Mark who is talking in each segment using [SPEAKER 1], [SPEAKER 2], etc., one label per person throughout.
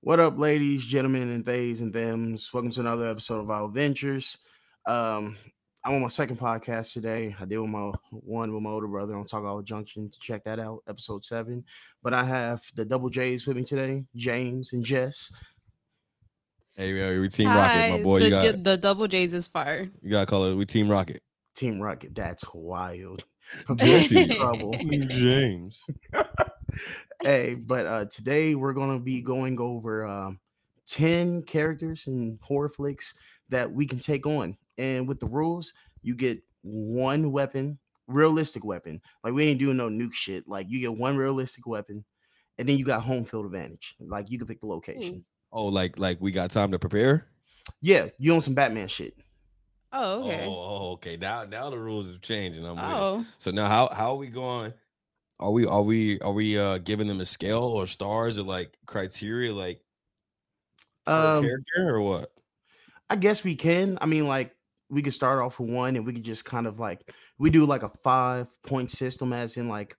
[SPEAKER 1] What up, ladies, gentlemen, and theys and thems? Welcome to another episode of Our Ventures. Um, I'm on my second podcast today. I did with my one with my older brother on Talk All Junction to check that out, episode seven. But I have the double J's with me today, James and Jess.
[SPEAKER 2] Hey, yo, we Team Rocket, my boy.
[SPEAKER 3] The,
[SPEAKER 2] you got
[SPEAKER 3] the double J's is fire.
[SPEAKER 2] you got to call it. We Team Rocket.
[SPEAKER 1] Team Rocket, that's wild.
[SPEAKER 2] Jesse.
[SPEAKER 1] trouble.
[SPEAKER 2] James.
[SPEAKER 1] hey, but uh, today we're gonna be going over um, ten characters in horror flicks that we can take on, and with the rules, you get one weapon, realistic weapon. Like we ain't doing no nuke shit. Like you get one realistic weapon, and then you got home field advantage. Like you can pick the location.
[SPEAKER 2] Oh, like like we got time to prepare.
[SPEAKER 1] Yeah, you on some Batman shit.
[SPEAKER 3] Oh, okay. Oh,
[SPEAKER 2] Oh, okay. Now now the rules have changed, and I'm. with it. So now how how are we going? Are we are we are we uh giving them a scale or stars or like criteria like per
[SPEAKER 1] Um,
[SPEAKER 2] character or what?
[SPEAKER 1] I guess we can. I mean, like we could start off with one, and we could just kind of like we do like a five point system, as in like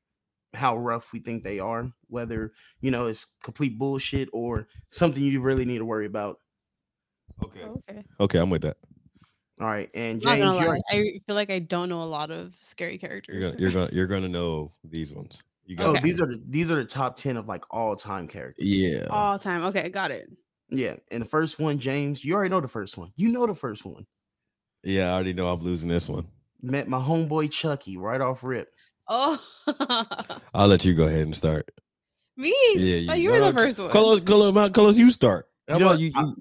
[SPEAKER 1] how rough we think they are, whether you know it's complete bullshit or something you really need to worry about.
[SPEAKER 2] Okay.
[SPEAKER 3] okay.
[SPEAKER 2] Okay, I'm with that.
[SPEAKER 1] All right, and
[SPEAKER 3] Not
[SPEAKER 1] James,
[SPEAKER 3] gonna
[SPEAKER 1] you're-
[SPEAKER 3] lie, I feel like I don't know a lot of scary
[SPEAKER 2] You're
[SPEAKER 3] characters.
[SPEAKER 2] gonna you're gonna you're gonna know these ones. You
[SPEAKER 1] oh,
[SPEAKER 3] Okay.
[SPEAKER 1] these are the, these are the top ten of like all time characters.
[SPEAKER 2] yeah.
[SPEAKER 3] All time. Okay, got it.
[SPEAKER 1] Yeah, and the first one, James, you already know the first one. You know the first one.
[SPEAKER 2] Yeah, I already know I'm losing this one.
[SPEAKER 1] Met my homeboy Chucky right off rip.
[SPEAKER 3] Oh,
[SPEAKER 2] I'll let you go ahead and start.
[SPEAKER 3] me?
[SPEAKER 2] Yeah,
[SPEAKER 3] Thought you were the
[SPEAKER 2] no,
[SPEAKER 3] first one.
[SPEAKER 2] Carlos, Carlos, Carlos, you start. How
[SPEAKER 1] You know
[SPEAKER 2] about
[SPEAKER 1] what?
[SPEAKER 2] you?
[SPEAKER 1] I-
[SPEAKER 2] you-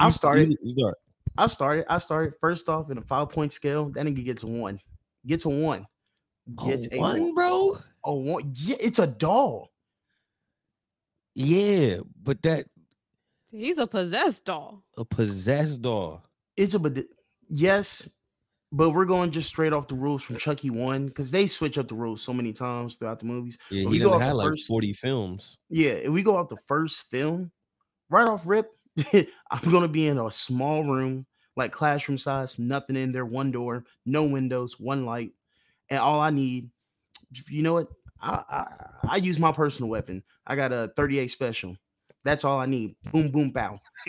[SPEAKER 1] I'll
[SPEAKER 2] you-
[SPEAKER 1] start
[SPEAKER 2] You, you start.
[SPEAKER 1] I started. I started first off in a five point scale. That nigga gets a one. Gets a one. Gets a one.
[SPEAKER 2] bro.
[SPEAKER 1] A one. Yeah, it's a doll.
[SPEAKER 2] Yeah, but that
[SPEAKER 3] He's a possessed doll.
[SPEAKER 2] a possessed dog.
[SPEAKER 1] It's a but yes, but we're going just straight off the rules from Chucky one because they switch up the rules so many times throughout the movies.
[SPEAKER 2] Yeah,
[SPEAKER 1] But we
[SPEAKER 2] he
[SPEAKER 1] go
[SPEAKER 2] done
[SPEAKER 1] off
[SPEAKER 2] had
[SPEAKER 1] the
[SPEAKER 2] like
[SPEAKER 1] first-
[SPEAKER 2] forty films.
[SPEAKER 1] Yeah, if we go off the first film, right off rip, I'm gonna be in a small room, like classroom size, nothing in there, one door, no windows, one light, and all I need, you know what? I I, I use my personal weapon. I got a 38 special. That's all I need. Boom, boom, bow.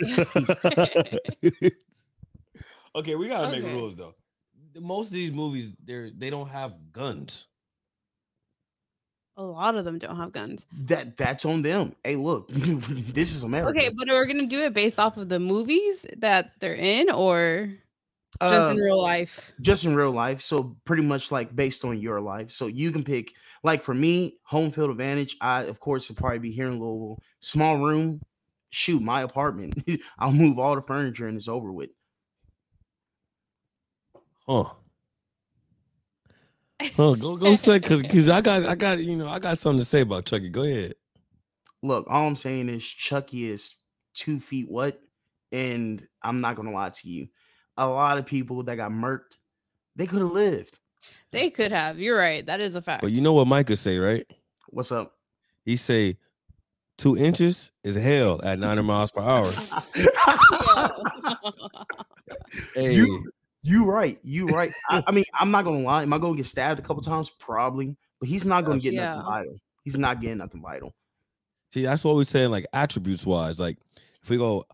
[SPEAKER 2] okay, we gotta make
[SPEAKER 3] Okay.
[SPEAKER 2] rules though. The- Most of these movies, they're they don't have guns.
[SPEAKER 3] a lot of them don't have guns.
[SPEAKER 1] That that's on them. Hey, look, this is America.
[SPEAKER 3] Okay, but we're gonna do it based off of the movies that they're in, or just
[SPEAKER 1] Uh,
[SPEAKER 3] in real life.
[SPEAKER 1] just in real life. So pretty much like based on your life. So you can pick like for me, home field advantage. I of course would probably be here in Louisville. Small room, shoot, my apartment. I'll move all the furniture and it's over with.
[SPEAKER 2] Huh. Huh, go go say cause cause I got I got you know I got something to say about Chucky. Go ahead.
[SPEAKER 1] Look, all I'm saying is Chucky is two feet what? And I'm not gonna lie to you. A lot of people that got murked, they could have lived.
[SPEAKER 3] They could have. You're right. That is a fact.
[SPEAKER 2] But you know what Micah say, right?
[SPEAKER 1] What's up?
[SPEAKER 2] He say two inches is hell at 900 miles per hour. Hey,
[SPEAKER 1] You- You right. You right. I, I mean, I'm not gonna lie. Am I gonna get stabbed a couple times? Probably, but he's not gonna get
[SPEAKER 3] Yeah.
[SPEAKER 1] nothing vital. He's not getting nothing vital.
[SPEAKER 2] see, that's what we're saying, like attributes wise. Like if we go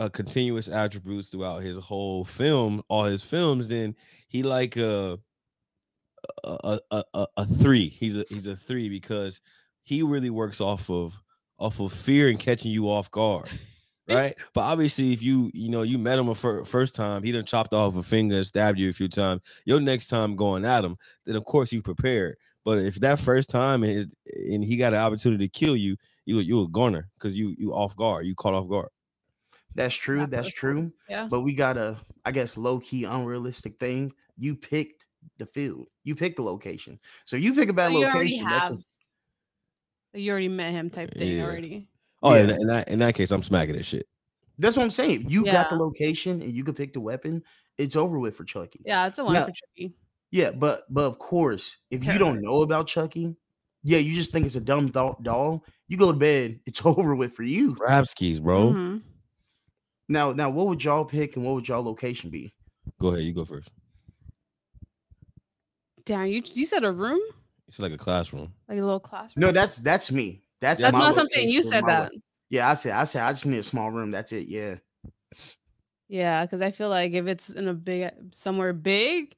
[SPEAKER 2] uh, continuous attributes throughout his whole film, all his films, then he like a a a, a, a three. He's a he's a three because he really works off of off of fear and catching you off guard. Right, but obviously, if you you know you met him a fir- first time, he done chopped off a finger and stabbed you a few times. Your next time going at him, then of course you prepared. But if that first time and and he got an opportunity to kill you, you you a goner because you you off guard, you caught off guard.
[SPEAKER 1] That's true.
[SPEAKER 3] Not
[SPEAKER 1] That's
[SPEAKER 3] perfect.
[SPEAKER 1] true.
[SPEAKER 3] Yeah.
[SPEAKER 1] But we got a, I guess, low key unrealistic thing. You picked the field. You picked the location. So you pick a bad
[SPEAKER 3] So you already
[SPEAKER 1] location. That's a-
[SPEAKER 3] have. You already met him, type thing
[SPEAKER 2] Yeah.
[SPEAKER 3] already.
[SPEAKER 2] Oh, in,
[SPEAKER 1] Yeah.
[SPEAKER 2] in that in that case, I'm smacking this shit.
[SPEAKER 1] that's what I'm saying. You got the location and you could pick the weapon. It's over with for Chucky.
[SPEAKER 3] Yeah, it's a one
[SPEAKER 1] No.
[SPEAKER 3] for Chucky.
[SPEAKER 1] Yeah, but but of course, if you don't know about Chucky, yeah, you just think it's a dumb thought doll. You go to bed, it's over with for you.
[SPEAKER 2] Rapskis, bro.
[SPEAKER 3] Mhm.
[SPEAKER 1] Now, now, what would y'all pick and what would y'all location be?
[SPEAKER 2] Go ahead, you go first.
[SPEAKER 3] Damn, you you said a room,
[SPEAKER 2] It's like a classroom.
[SPEAKER 3] like a little classroom.
[SPEAKER 1] No, that's that's me. That's
[SPEAKER 2] That's
[SPEAKER 3] that's
[SPEAKER 1] my
[SPEAKER 3] not something you
[SPEAKER 1] location,
[SPEAKER 3] said
[SPEAKER 1] my lo-
[SPEAKER 3] that.
[SPEAKER 1] Yeah, I said, I said, I just need a small room. That's it. Yeah.
[SPEAKER 3] Yeah, because I feel like if it's in a big somewhere big,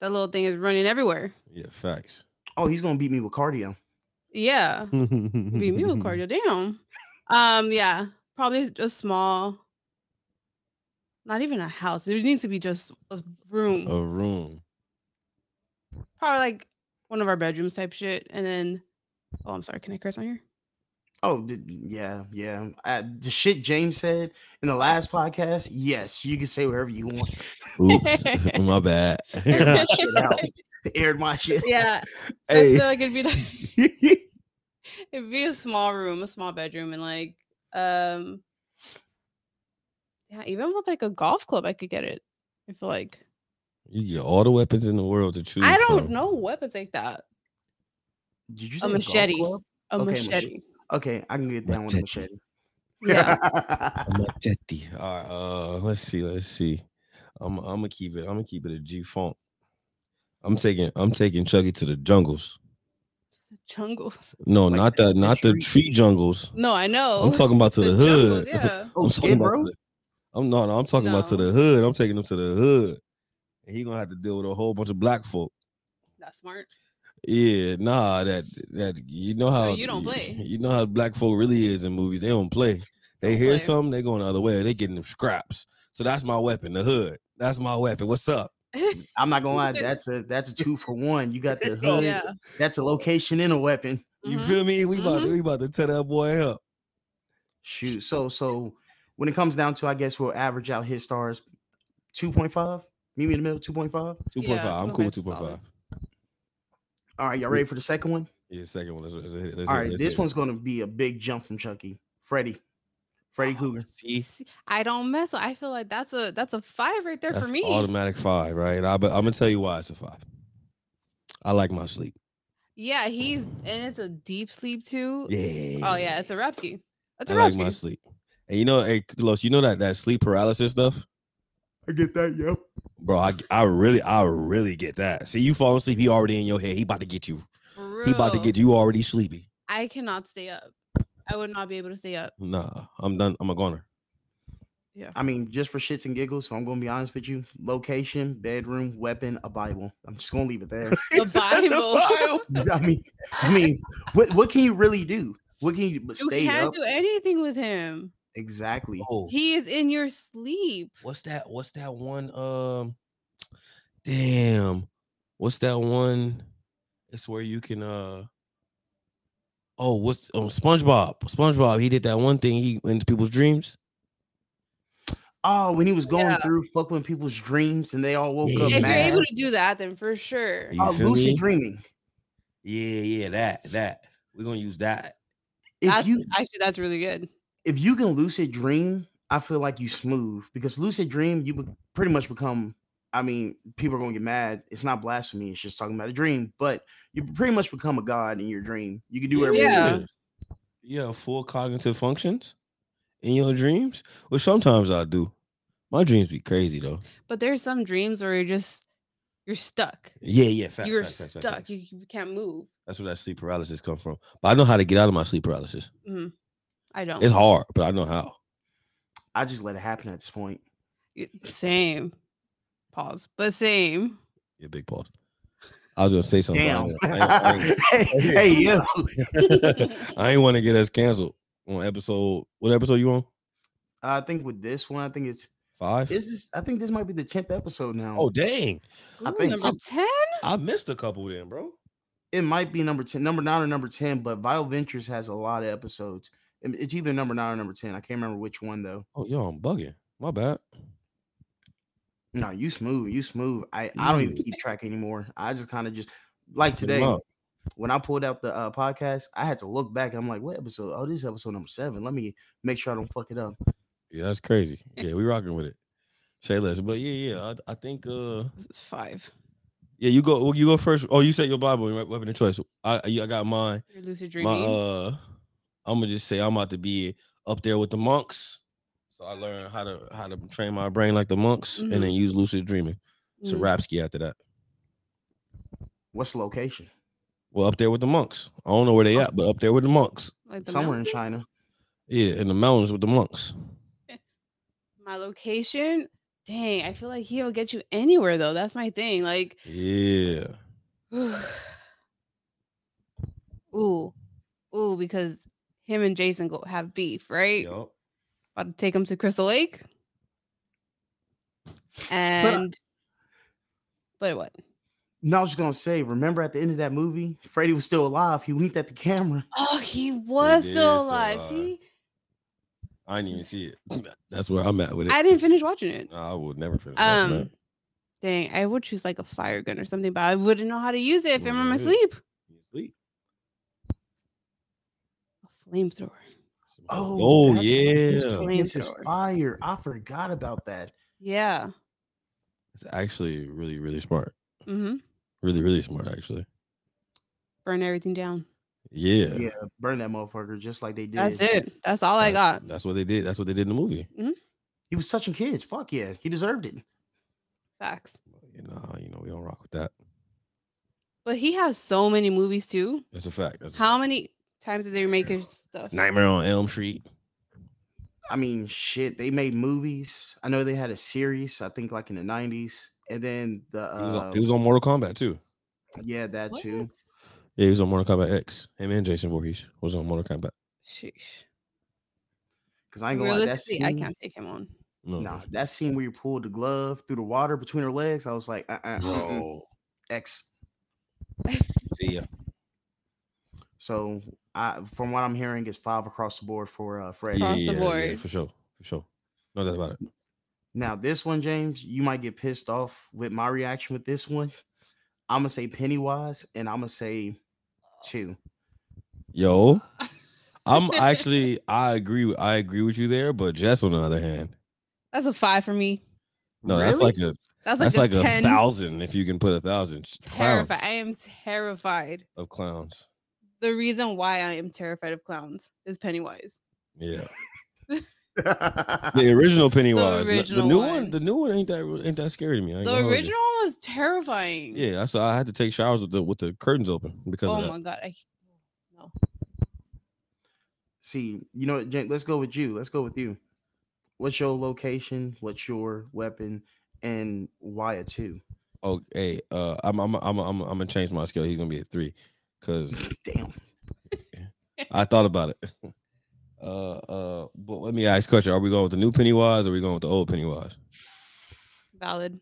[SPEAKER 3] that little thing is running everywhere.
[SPEAKER 2] Yeah, facts.
[SPEAKER 1] Oh, he's gonna beat me with cardio.
[SPEAKER 3] Yeah, be me with cardio. Damn. Um, yeah, probably a small. Not even a house. There needs to be just a room.
[SPEAKER 2] A room.
[SPEAKER 3] Probably like one of our bedrooms type shit, and then. Oh, I'm sorry. Can I curse on here?
[SPEAKER 1] Oh, d- yeah, yeah. I, the shit James said in the last podcast. Yes, you can say whatever you want.
[SPEAKER 2] Oops, my bad.
[SPEAKER 1] Aired my shit out. Aired my shit.
[SPEAKER 3] Yeah, I
[SPEAKER 2] hey,
[SPEAKER 3] feel like it'd be like it'd be a small room, a small bedroom, and like um yeah, even with like a golf club, I could get it. I feel like
[SPEAKER 2] you get all the weapons in the world to choose.
[SPEAKER 3] I don't
[SPEAKER 2] from.
[SPEAKER 3] know weapons like that.
[SPEAKER 1] Did you say golf
[SPEAKER 3] machete.
[SPEAKER 1] club?
[SPEAKER 3] A
[SPEAKER 1] Okay, machete.
[SPEAKER 3] machete.
[SPEAKER 1] Okay, I can get down with a
[SPEAKER 2] Machete.
[SPEAKER 1] machete.
[SPEAKER 2] Oh,
[SPEAKER 3] Yeah.
[SPEAKER 2] I'm not jetty. All right, uh, let's see, let's see. I'm, I'm gonna keep it. I'm gonna keep it a G Funk. I'm taking, I'm taking Chucky to the jungles.
[SPEAKER 3] Jungles.
[SPEAKER 2] No,
[SPEAKER 1] Like
[SPEAKER 2] not
[SPEAKER 1] the-
[SPEAKER 2] the,
[SPEAKER 1] the
[SPEAKER 2] not the
[SPEAKER 1] tree-
[SPEAKER 2] tree jungles.
[SPEAKER 3] No, I know.
[SPEAKER 2] I'm talking about to the,
[SPEAKER 3] jungles,
[SPEAKER 2] hood.
[SPEAKER 3] yeah.
[SPEAKER 1] oh,
[SPEAKER 2] I'm talking
[SPEAKER 1] Skid
[SPEAKER 2] about
[SPEAKER 1] Row?
[SPEAKER 2] to the- I'm no, no, I'm talking about to
[SPEAKER 3] No.
[SPEAKER 2] the hood. I'm taking him to the hood, and he gonna have to deal with a whole bunch of black folk.
[SPEAKER 3] That's smart.
[SPEAKER 2] Yeah, nah, that that you know how
[SPEAKER 3] you don't play.
[SPEAKER 2] You know how black folk really is in movies. They don't play. They
[SPEAKER 3] Don't
[SPEAKER 2] hear
[SPEAKER 3] play.
[SPEAKER 2] something, they going the other way. They getting them scraps. So that's my weapon, the hood. That's my weapon. What's up?
[SPEAKER 1] I'm not gonna lie, that's a that's a two for one. You got the hood,
[SPEAKER 3] yeah.
[SPEAKER 1] that's a location and a weapon.
[SPEAKER 2] You
[SPEAKER 3] mhm.
[SPEAKER 2] feel me? We about to,
[SPEAKER 3] Mhm.
[SPEAKER 2] we about to tear that boy up.
[SPEAKER 1] Shoot. So so when it comes down to I guess we'll average out his stars 2.5. Meet me in the middle, 2.5.
[SPEAKER 2] Two point five. I'm cool with two
[SPEAKER 3] 2.5
[SPEAKER 2] point
[SPEAKER 3] 's oh
[SPEAKER 2] five.
[SPEAKER 3] solid.
[SPEAKER 1] All right, y'all ready for the second one?
[SPEAKER 2] Yeah, second one. Let's, let's, hit it, let's
[SPEAKER 1] All
[SPEAKER 2] hit it,
[SPEAKER 1] right,
[SPEAKER 2] let's hit
[SPEAKER 1] this
[SPEAKER 2] it.
[SPEAKER 1] one's gonna be a big jump from Chucky. Freddy. Freddy
[SPEAKER 3] Ah,
[SPEAKER 1] Cougar.
[SPEAKER 2] See,
[SPEAKER 3] See, I don't mess with I feel like that's a that's a five right there
[SPEAKER 2] that's
[SPEAKER 3] for me.
[SPEAKER 2] automatic five, right? I, but I'm gonna tell you why it's a five. I like my sleep.
[SPEAKER 3] Yeah, he's and it's a deep sleep too.
[SPEAKER 2] Yeah.
[SPEAKER 3] Oh yeah, it's a Rapsky. That's
[SPEAKER 2] I
[SPEAKER 3] a
[SPEAKER 2] like
[SPEAKER 3] Rapsky.
[SPEAKER 2] my sleep. And you know, hey, Los, you know that that sleep paralysis stuff.
[SPEAKER 1] I get that, yep.
[SPEAKER 2] Bro, I, I really, I really get that. See, you fall asleep, he already in your head. He about to get you. He about to
[SPEAKER 3] Bro.
[SPEAKER 2] get you already sleepy.
[SPEAKER 3] I cannot stay up. I would not be able to stay up.
[SPEAKER 2] Nah, I'm done. I'm a goner.
[SPEAKER 1] I mean, just for shits and giggles, if I'm gonna be honest with you, location, bedroom, weapon, a Bible. I'm just gonna leave it there.
[SPEAKER 3] The
[SPEAKER 2] Bible.
[SPEAKER 3] Bible.
[SPEAKER 1] I mean, I mean, what what can you really do? What can you but
[SPEAKER 3] you
[SPEAKER 1] stay
[SPEAKER 3] can't
[SPEAKER 1] up?
[SPEAKER 3] do anything with him.
[SPEAKER 1] Exactly.
[SPEAKER 2] Oh,
[SPEAKER 3] He is in your sleep.
[SPEAKER 2] what's that? What's that one? Um, damn, what's that one? It's where you can uh. Oh, what's um, SpongeBob? SpongeBob, he did that one thing. He into people's dreams.
[SPEAKER 1] Oh, when he was going
[SPEAKER 3] Yeah.
[SPEAKER 1] through fucking people's dreams and they all woke up
[SPEAKER 2] Yeah.
[SPEAKER 3] If
[SPEAKER 1] mad.
[SPEAKER 3] you're able to do that, then for sure.
[SPEAKER 2] You
[SPEAKER 1] Oh,
[SPEAKER 2] feel
[SPEAKER 1] lucid
[SPEAKER 2] me?
[SPEAKER 1] dreaming.
[SPEAKER 2] Yeah, yeah, that, that. We're gonna use that.
[SPEAKER 1] If
[SPEAKER 3] That's-
[SPEAKER 1] you
[SPEAKER 3] Actually, that's really good.
[SPEAKER 1] if you can lucid dream, I feel like you smooth because lucid dream you be- pretty much become. I mean, people are gonna get mad. It's not blasphemy. It's just talking about a dream, but you pretty much become a god in your dream. You can do whatever. you
[SPEAKER 3] Yeah.
[SPEAKER 1] want.
[SPEAKER 2] Yeah, full cognitive functions in your dreams. Well, sometimes I do. My dreams be crazy though.
[SPEAKER 3] But there's some dreams where you're just you're stuck.
[SPEAKER 2] Yeah, yeah, facts,
[SPEAKER 3] you're
[SPEAKER 2] facts, facts, facts,
[SPEAKER 3] stuck.
[SPEAKER 2] facts.
[SPEAKER 3] You, you can't move.
[SPEAKER 2] That's where that sleep paralysis come from. But I know how to get out of my sleep paralysis.
[SPEAKER 3] I don't.
[SPEAKER 2] It's hard, but I know how.
[SPEAKER 1] I just let it happen at this point.
[SPEAKER 3] Y- Same. Pause. But same.
[SPEAKER 2] Yeah, big pause. I was gonna say something. but
[SPEAKER 1] Damn.
[SPEAKER 2] I ain't-
[SPEAKER 1] hey, hey, yo.
[SPEAKER 2] I ain't want to get us canceled on episode. What episode you on?
[SPEAKER 1] I think with this one, I think it's
[SPEAKER 2] Five.
[SPEAKER 1] is this. I think this might be the tenth episode now.
[SPEAKER 2] oh dang!
[SPEAKER 1] I
[SPEAKER 3] Ooh,
[SPEAKER 1] think-
[SPEAKER 3] number
[SPEAKER 1] I'm-
[SPEAKER 3] 10?
[SPEAKER 2] I missed a couple then, bro.
[SPEAKER 1] it might be number 10 number 9 or number 10 but vile ventures has a lot of episodes Um, it's either number 9 or number 10 i can't remember which one though
[SPEAKER 2] Oh, yo, I'm bugging. My bad.
[SPEAKER 1] no you smooth you smooth i i don't even
[SPEAKER 2] Mm.
[SPEAKER 1] keep track anymore i just kind of just like
[SPEAKER 2] Hit 'em
[SPEAKER 1] today
[SPEAKER 2] up.
[SPEAKER 1] when i pulled out the uh, podcast i had to look back i'm like what episode oh this is episode number 7 let me make sure i don't fuck it up
[SPEAKER 2] Yeah, that's crazy. Yeah, we rocking with it. Say less, but yeah, yeah. I, I think uh
[SPEAKER 3] This is five.
[SPEAKER 2] yeah, you go you go first. Oh, you said your Bible and weapon of choice. I I I got mine.
[SPEAKER 3] You're lucid
[SPEAKER 2] My
[SPEAKER 3] dreaming.
[SPEAKER 2] uh I'm gonna just say I'm about to be up there with the monks. So I learned how to how to train my brain like the monks and then use lucid dreaming. So
[SPEAKER 3] Mm-hmm. Mm.
[SPEAKER 2] Rapsky after that.
[SPEAKER 1] what's the location
[SPEAKER 3] Oh.
[SPEAKER 2] Well, up there with the monks. I don't know where they at, but up there with the monks.
[SPEAKER 3] Like the
[SPEAKER 1] somewhere in
[SPEAKER 3] mountains?
[SPEAKER 1] china
[SPEAKER 2] Yeah, in the mountains with the monks.
[SPEAKER 3] My location, dang, I feel like he'll get you anywhere though. That's my thing. Like,
[SPEAKER 2] Yeah.
[SPEAKER 3] ooh, ooh, because him and Jason go have beef, right?
[SPEAKER 2] Yup.
[SPEAKER 3] About to take him to Crystal Lake. And but what?
[SPEAKER 1] No, I was just gonna say. Remember at the end of that movie, Freddy was still alive. He winked at the camera.
[SPEAKER 3] Oh, he was
[SPEAKER 2] is
[SPEAKER 3] still
[SPEAKER 2] still
[SPEAKER 3] alive.
[SPEAKER 2] alive.
[SPEAKER 3] See,
[SPEAKER 2] I didn't even see it. That's where I'm at with it.
[SPEAKER 3] I didn't finish watching it.
[SPEAKER 2] Nah, I would never finish. watching that.
[SPEAKER 3] Um, dang, I would choose like a fire gun or something, but I wouldn't know how to use it if I'm in my
[SPEAKER 2] Wouldn't know.
[SPEAKER 3] sleep.
[SPEAKER 2] You sleep.
[SPEAKER 3] A flamethrower.
[SPEAKER 2] Oh,
[SPEAKER 1] that's right. His
[SPEAKER 2] yeah.
[SPEAKER 1] weakness is
[SPEAKER 3] Flamethrower.
[SPEAKER 1] fire. I forgot about that.
[SPEAKER 3] Yeah.
[SPEAKER 2] it's actually really, really smart.
[SPEAKER 3] Mm-hmm.
[SPEAKER 2] Really, really smart, actually.
[SPEAKER 3] Burn everything down.
[SPEAKER 2] Yeah.
[SPEAKER 1] Yeah, burn that motherfucker just like they did.
[SPEAKER 3] That's it. That's all Oh, I got.
[SPEAKER 2] That's what they did. That's what they did in the movie.
[SPEAKER 1] He was touching kids. Fuck yeah, he deserved it.
[SPEAKER 3] Facts.
[SPEAKER 2] You know, you know, we don't rock with that.
[SPEAKER 3] But he has so many movies too.
[SPEAKER 2] That's a fact. That's a
[SPEAKER 3] How
[SPEAKER 2] fact.
[SPEAKER 3] many times did they make his stuff?
[SPEAKER 2] Nightmare on Elm Street.
[SPEAKER 1] I mean, shit, they made movies. I know they had a series. I think like in the nineties, and then the
[SPEAKER 2] He was,
[SPEAKER 3] Um,
[SPEAKER 1] uh,
[SPEAKER 2] on, he was on Mortal Kombat too.
[SPEAKER 1] yeah, that
[SPEAKER 3] What?
[SPEAKER 1] too.
[SPEAKER 2] Yeah, he was on Mortal Kombat X. Him and Jason Voorhees was on Mortal Kombat.
[SPEAKER 3] Sheesh.
[SPEAKER 1] Because I ain't gonna lie, that
[SPEAKER 3] Realistically,
[SPEAKER 1] scene.
[SPEAKER 3] I can't take him on.
[SPEAKER 2] No,
[SPEAKER 1] Nah, that scene where you pulled the glove through the water between her legs, I was like, uh, uh, uh,
[SPEAKER 2] bro.
[SPEAKER 1] X.
[SPEAKER 2] See ya.
[SPEAKER 1] So, I, from what I'm hearing, it's five across the board for uh, Freddy.
[SPEAKER 2] Yeah,
[SPEAKER 3] Across the
[SPEAKER 2] yeah, yeah,
[SPEAKER 3] board.
[SPEAKER 2] for sure, for sure. No doubt about it.
[SPEAKER 1] Now, this one, James, you might get pissed off with my reaction with this one. I'm gonna say Pennywise, and I'm gonna say two.
[SPEAKER 2] Yo, I'm actually I agree with I agree with you there, but Jess on the other hand,
[SPEAKER 3] That's a five for me.
[SPEAKER 2] no, that's
[SPEAKER 1] Really?
[SPEAKER 2] like a
[SPEAKER 3] That's like
[SPEAKER 2] that's
[SPEAKER 3] a
[SPEAKER 2] like a,
[SPEAKER 3] ten.
[SPEAKER 2] thousand if you can put a thousand Sh- clowns
[SPEAKER 3] Terrified. I am terrified.
[SPEAKER 2] of clowns.
[SPEAKER 3] The reason why I am terrified of clowns is Pennywise.
[SPEAKER 2] Yeah, the original Pennywise, n- the,
[SPEAKER 3] original
[SPEAKER 2] new
[SPEAKER 3] one.
[SPEAKER 2] one, the new one ain't that re- ain't that scary to me. I ain't
[SPEAKER 3] The
[SPEAKER 2] gonna hold you.
[SPEAKER 3] original one was terrifying.
[SPEAKER 2] Yeah, that's why I had to take showers with the with the curtains open because
[SPEAKER 3] Oh
[SPEAKER 2] of that.
[SPEAKER 3] my god. I no.
[SPEAKER 1] See, you know, what, Jake, let's go with you. Let's go with you. What's your location? What's your weapon? And why a two?
[SPEAKER 2] Oh, hey, uh, I'm I'm I'm I'm I'm gonna change my scale. He's gonna be at three, cause
[SPEAKER 1] Damn.
[SPEAKER 2] I thought about it. Uh, uh, but let me ask a question: Are we going with the new Pennywise or are we going with the old Pennywise?
[SPEAKER 3] Valid.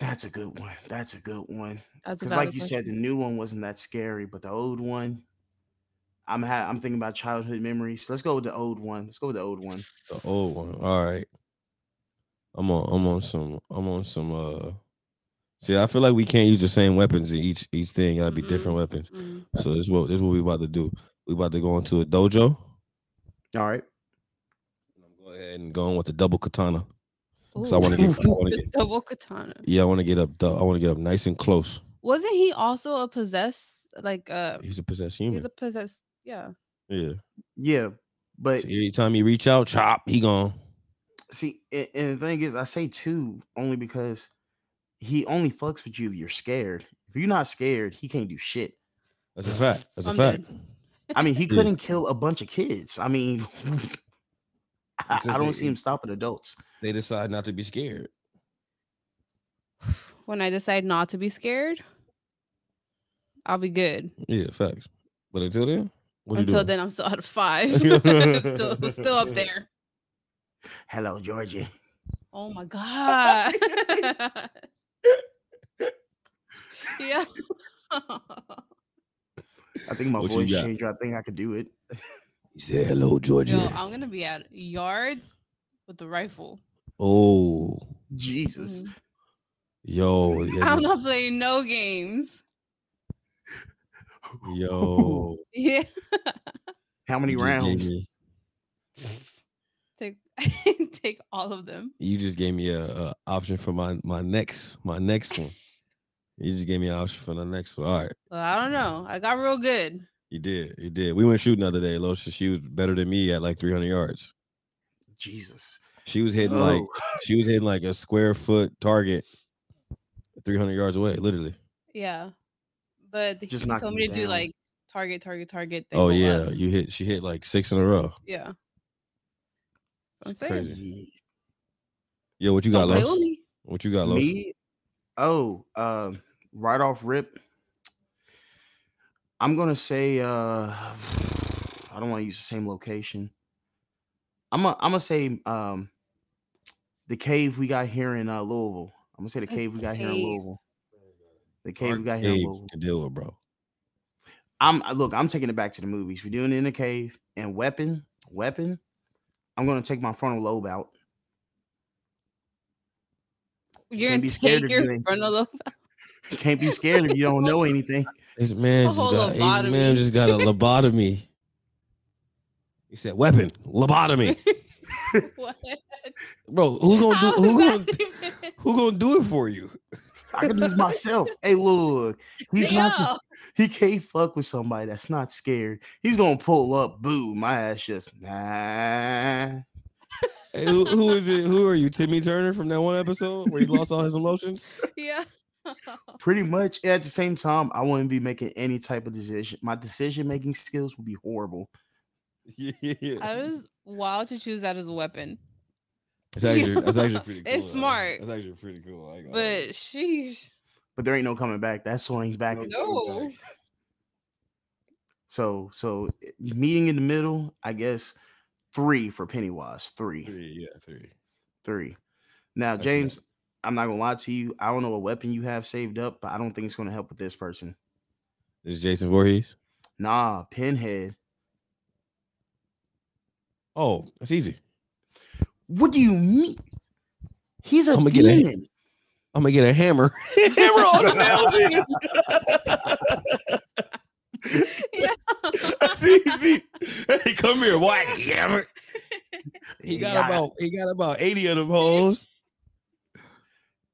[SPEAKER 1] That's a good one. That's a good one.
[SPEAKER 3] That's a
[SPEAKER 1] Because,
[SPEAKER 3] valid
[SPEAKER 1] like you said, the
[SPEAKER 3] question.
[SPEAKER 1] new one wasn't that scary, but the old one, I'm ha- I'm thinking about childhood memories. Let's go with the old one. Let's go with the old one.
[SPEAKER 2] The old one. All right. I'm on. I'm on some. I'm on some. Uh, see, I feel like we can't use the same weapons in each each thing. Gotta be
[SPEAKER 3] Mm-mm.
[SPEAKER 2] different weapons.
[SPEAKER 3] Mm.
[SPEAKER 2] So this is what this is what we about to do. We about to go into a dojo.
[SPEAKER 1] All right.
[SPEAKER 2] And I'm going ahead and going with the double katana. So I
[SPEAKER 3] Mm. Ooh.
[SPEAKER 2] want
[SPEAKER 3] The
[SPEAKER 2] to get. I wanna get
[SPEAKER 3] double katana.
[SPEAKER 2] yeah, I want to get up. du- I want to get up nice and close.
[SPEAKER 3] Wasn't he also a possessed like uh
[SPEAKER 2] He's a possessed
[SPEAKER 3] he's
[SPEAKER 2] human.
[SPEAKER 3] a possessed yeah.
[SPEAKER 2] yeah.
[SPEAKER 1] Yeah. But
[SPEAKER 2] So every time he reach out, chop, he gone.
[SPEAKER 1] see, a- and the thing is, I say two only because he only fucks with you if you're scared. If you're not scared, he can't do shit.
[SPEAKER 2] That's a fact. That's a
[SPEAKER 3] I'm
[SPEAKER 2] fact.
[SPEAKER 1] I mean, he
[SPEAKER 2] Yeah.
[SPEAKER 1] couldn't kill a bunch of kids. I mean, I,
[SPEAKER 2] Because
[SPEAKER 1] I don't
[SPEAKER 2] they-
[SPEAKER 1] see him stopping adults.
[SPEAKER 2] They decide not to be scared.
[SPEAKER 3] When I decide not to be scared, I'll be good.
[SPEAKER 2] Yeah, facts. But until then, what you
[SPEAKER 3] Until
[SPEAKER 2] doing?
[SPEAKER 3] then I'm still out of five. still, still up there.
[SPEAKER 1] Hello, Georgie.
[SPEAKER 3] Oh my god. yeah.
[SPEAKER 1] I think my
[SPEAKER 2] What you
[SPEAKER 1] voice
[SPEAKER 2] got?
[SPEAKER 1] changed. I think I could do it.
[SPEAKER 2] He said hello, Georgia.
[SPEAKER 3] Yo, I'm gonna be at yards with the rifle.
[SPEAKER 2] oh,
[SPEAKER 1] Jesus.
[SPEAKER 3] Mhm.
[SPEAKER 2] yo, yeah,
[SPEAKER 3] Mm-hmm. I'm not playing no games.
[SPEAKER 2] yo.
[SPEAKER 3] Yeah.
[SPEAKER 1] How many
[SPEAKER 2] you just gave
[SPEAKER 1] rounds?
[SPEAKER 2] me-
[SPEAKER 3] Take take all of them.
[SPEAKER 2] you just gave me a, a option for my my next my next one. You just gave me an option for the next one. All right,
[SPEAKER 3] Well, I don't know. I got real good.
[SPEAKER 2] you did, you did. We went shooting the other day. Losha, she was better than me at like 300 yards.
[SPEAKER 1] Jesus.
[SPEAKER 2] She was hitting like
[SPEAKER 1] Oh.
[SPEAKER 2] she was hitting like a square foot target 300 yards away literally
[SPEAKER 3] Yeah. But he
[SPEAKER 1] Just
[SPEAKER 3] told
[SPEAKER 1] knocking
[SPEAKER 3] me
[SPEAKER 1] you
[SPEAKER 3] to do
[SPEAKER 1] down.
[SPEAKER 3] like target, target, target. then
[SPEAKER 2] oh
[SPEAKER 3] go
[SPEAKER 2] yeah
[SPEAKER 3] up.
[SPEAKER 2] you hit she hit like six in a row
[SPEAKER 3] Yeah. I'm
[SPEAKER 2] It's
[SPEAKER 3] saying.
[SPEAKER 2] crazy.
[SPEAKER 1] Yeah.
[SPEAKER 2] Yo, what you got,
[SPEAKER 3] Don't play
[SPEAKER 2] Los?
[SPEAKER 3] with me.
[SPEAKER 2] What you got, Los?
[SPEAKER 1] Me, oh, um, right off rip. I'm gonna say uh, I don't want to use the same location. I'm gonna I'm gonna say um, the cave we got here in uh, Louisville. I'm gonna say the
[SPEAKER 3] The
[SPEAKER 1] cave we got here in
[SPEAKER 3] cave.
[SPEAKER 1] Louisville. The cave we got here. In
[SPEAKER 2] Cave
[SPEAKER 1] Louisville.
[SPEAKER 2] to deal with, bro.
[SPEAKER 1] I'm I- look. I'm taking it back to the movies. We're doing it in the cave and weapon, weapon. I'm gonna take my frontal lobe out.
[SPEAKER 3] You're
[SPEAKER 1] Can't
[SPEAKER 3] gonna
[SPEAKER 1] be scared
[SPEAKER 3] take
[SPEAKER 1] of
[SPEAKER 3] your
[SPEAKER 1] doing-
[SPEAKER 3] frontal lobe.
[SPEAKER 1] Can't be scared if you don't know anything.
[SPEAKER 2] This man
[SPEAKER 3] A
[SPEAKER 2] just
[SPEAKER 3] whole
[SPEAKER 2] got this man
[SPEAKER 3] lobotomy.
[SPEAKER 2] just got a lobotomy. He said weapon lobotomy,
[SPEAKER 3] What?
[SPEAKER 2] bro. Who gonna do?
[SPEAKER 3] How
[SPEAKER 2] Who
[SPEAKER 3] is
[SPEAKER 2] gonna
[SPEAKER 3] that even-
[SPEAKER 2] who gonna do it for you?
[SPEAKER 1] I can do it myself. hey, look, he's not.
[SPEAKER 3] Yo,
[SPEAKER 1] He can't fuck with somebody that's not scared. He's gonna pull up. Boo! My ass just nah.
[SPEAKER 2] Hey, who, who is it? Who are you? Timmy Turner from that one episode where he lost all his emotions?
[SPEAKER 3] yeah.
[SPEAKER 1] Pretty much. And At the same time, I wouldn't be making any type of decision. My decision making skills would be horrible.
[SPEAKER 2] Yeah, yeah, yeah.
[SPEAKER 3] That is wild to choose that as a weapon.
[SPEAKER 2] It's actually, that's actually pretty cool.
[SPEAKER 3] It's smart.
[SPEAKER 2] It's actually pretty cool. uh, I ain't gonna lie.
[SPEAKER 3] But sheesh.
[SPEAKER 1] But there ain't no coming back. That's why he's back.
[SPEAKER 2] No.
[SPEAKER 3] No.
[SPEAKER 1] So, so eh, meeting in the middle. I guess three for Pennywise. Three,
[SPEAKER 2] three, yeah, three.
[SPEAKER 1] three. Now,
[SPEAKER 2] That's
[SPEAKER 1] James, I'm not gonna lie to you. I don't know what weapon you have saved up, but I don't think it's gonna help with this person.
[SPEAKER 2] This is Jason Voorhees.
[SPEAKER 1] Nah, Pinhead.
[SPEAKER 2] Oh, that's easy.
[SPEAKER 1] What do you mean? He's a
[SPEAKER 2] I'ma get a-
[SPEAKER 1] demon.
[SPEAKER 2] I'm gonna get a hammer. hammer on the nails. in.
[SPEAKER 3] Yeah.
[SPEAKER 2] That's easy. Hey, come here, whack hammer. He got
[SPEAKER 1] Yeah,
[SPEAKER 2] about he got about eighty of them hoes.